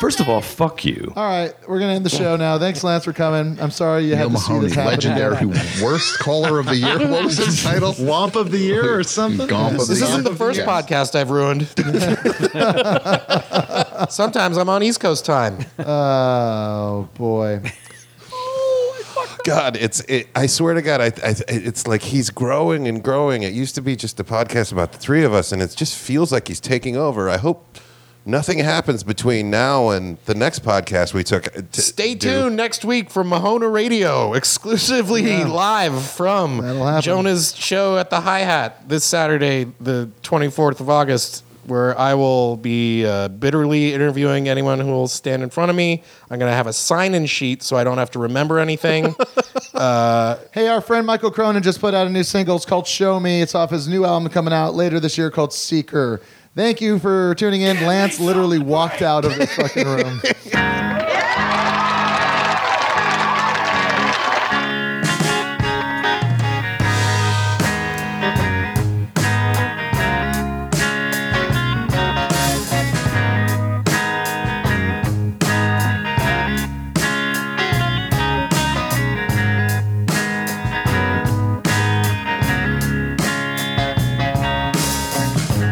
W: first of all, fuck you.
A: All right, we're gonna end the show now. Thanks, Lance, for coming. I'm sorry you
G: Neil
A: had to see
G: Mahoney,
A: this happen.
G: legendary *laughs*
A: worst caller
G: of the year. What was his title? Womp of the year or something?
F: This isn't the first podcast I've *laughs* ruined. Sometimes I'm on East Coast time.
A: Oh boy.
H: God, it's it, I swear to God, I, I, it's like he's growing and growing. It used to be just a podcast about the three of us, and it just feels like he's taking over. I hope nothing happens between now and the next podcast we took. uh, to
F: Stay
H: do.
F: tuned next week for Mahona Radio, *laughs* exclusively live from Jonah's show at the Hi Hat this Saturday, the 24th of August, where I will be uh, bitterly interviewing anyone who will stand in front of me. I'm going to have a sign in sheet so I don't have to remember anything. uh,
A: Hey, our friend Michael Cronin just put out a new single. It's called Show Me. It's off his new album coming out later this year called Seeker. Thank you for tuning in. Lance literally walked out of the fucking room.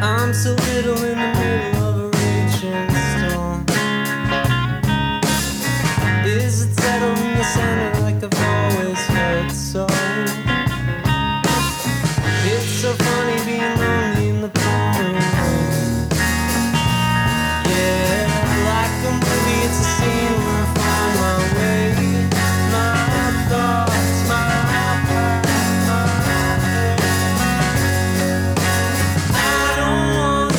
I: I'm so little in the middle of a raging storm. Is it settled in the center like I've always felt so? It's so funny being lonely in the pouring rain. Yeah, like a movie, it's a scene where I find my way. My thoughts, my path, my way. I don't wanna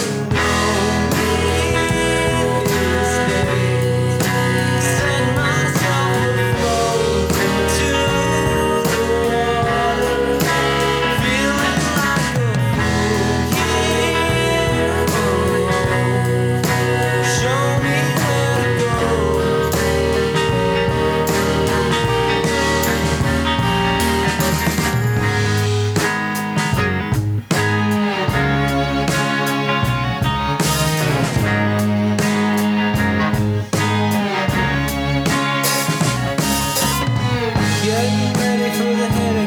I: Getting ready for the headache.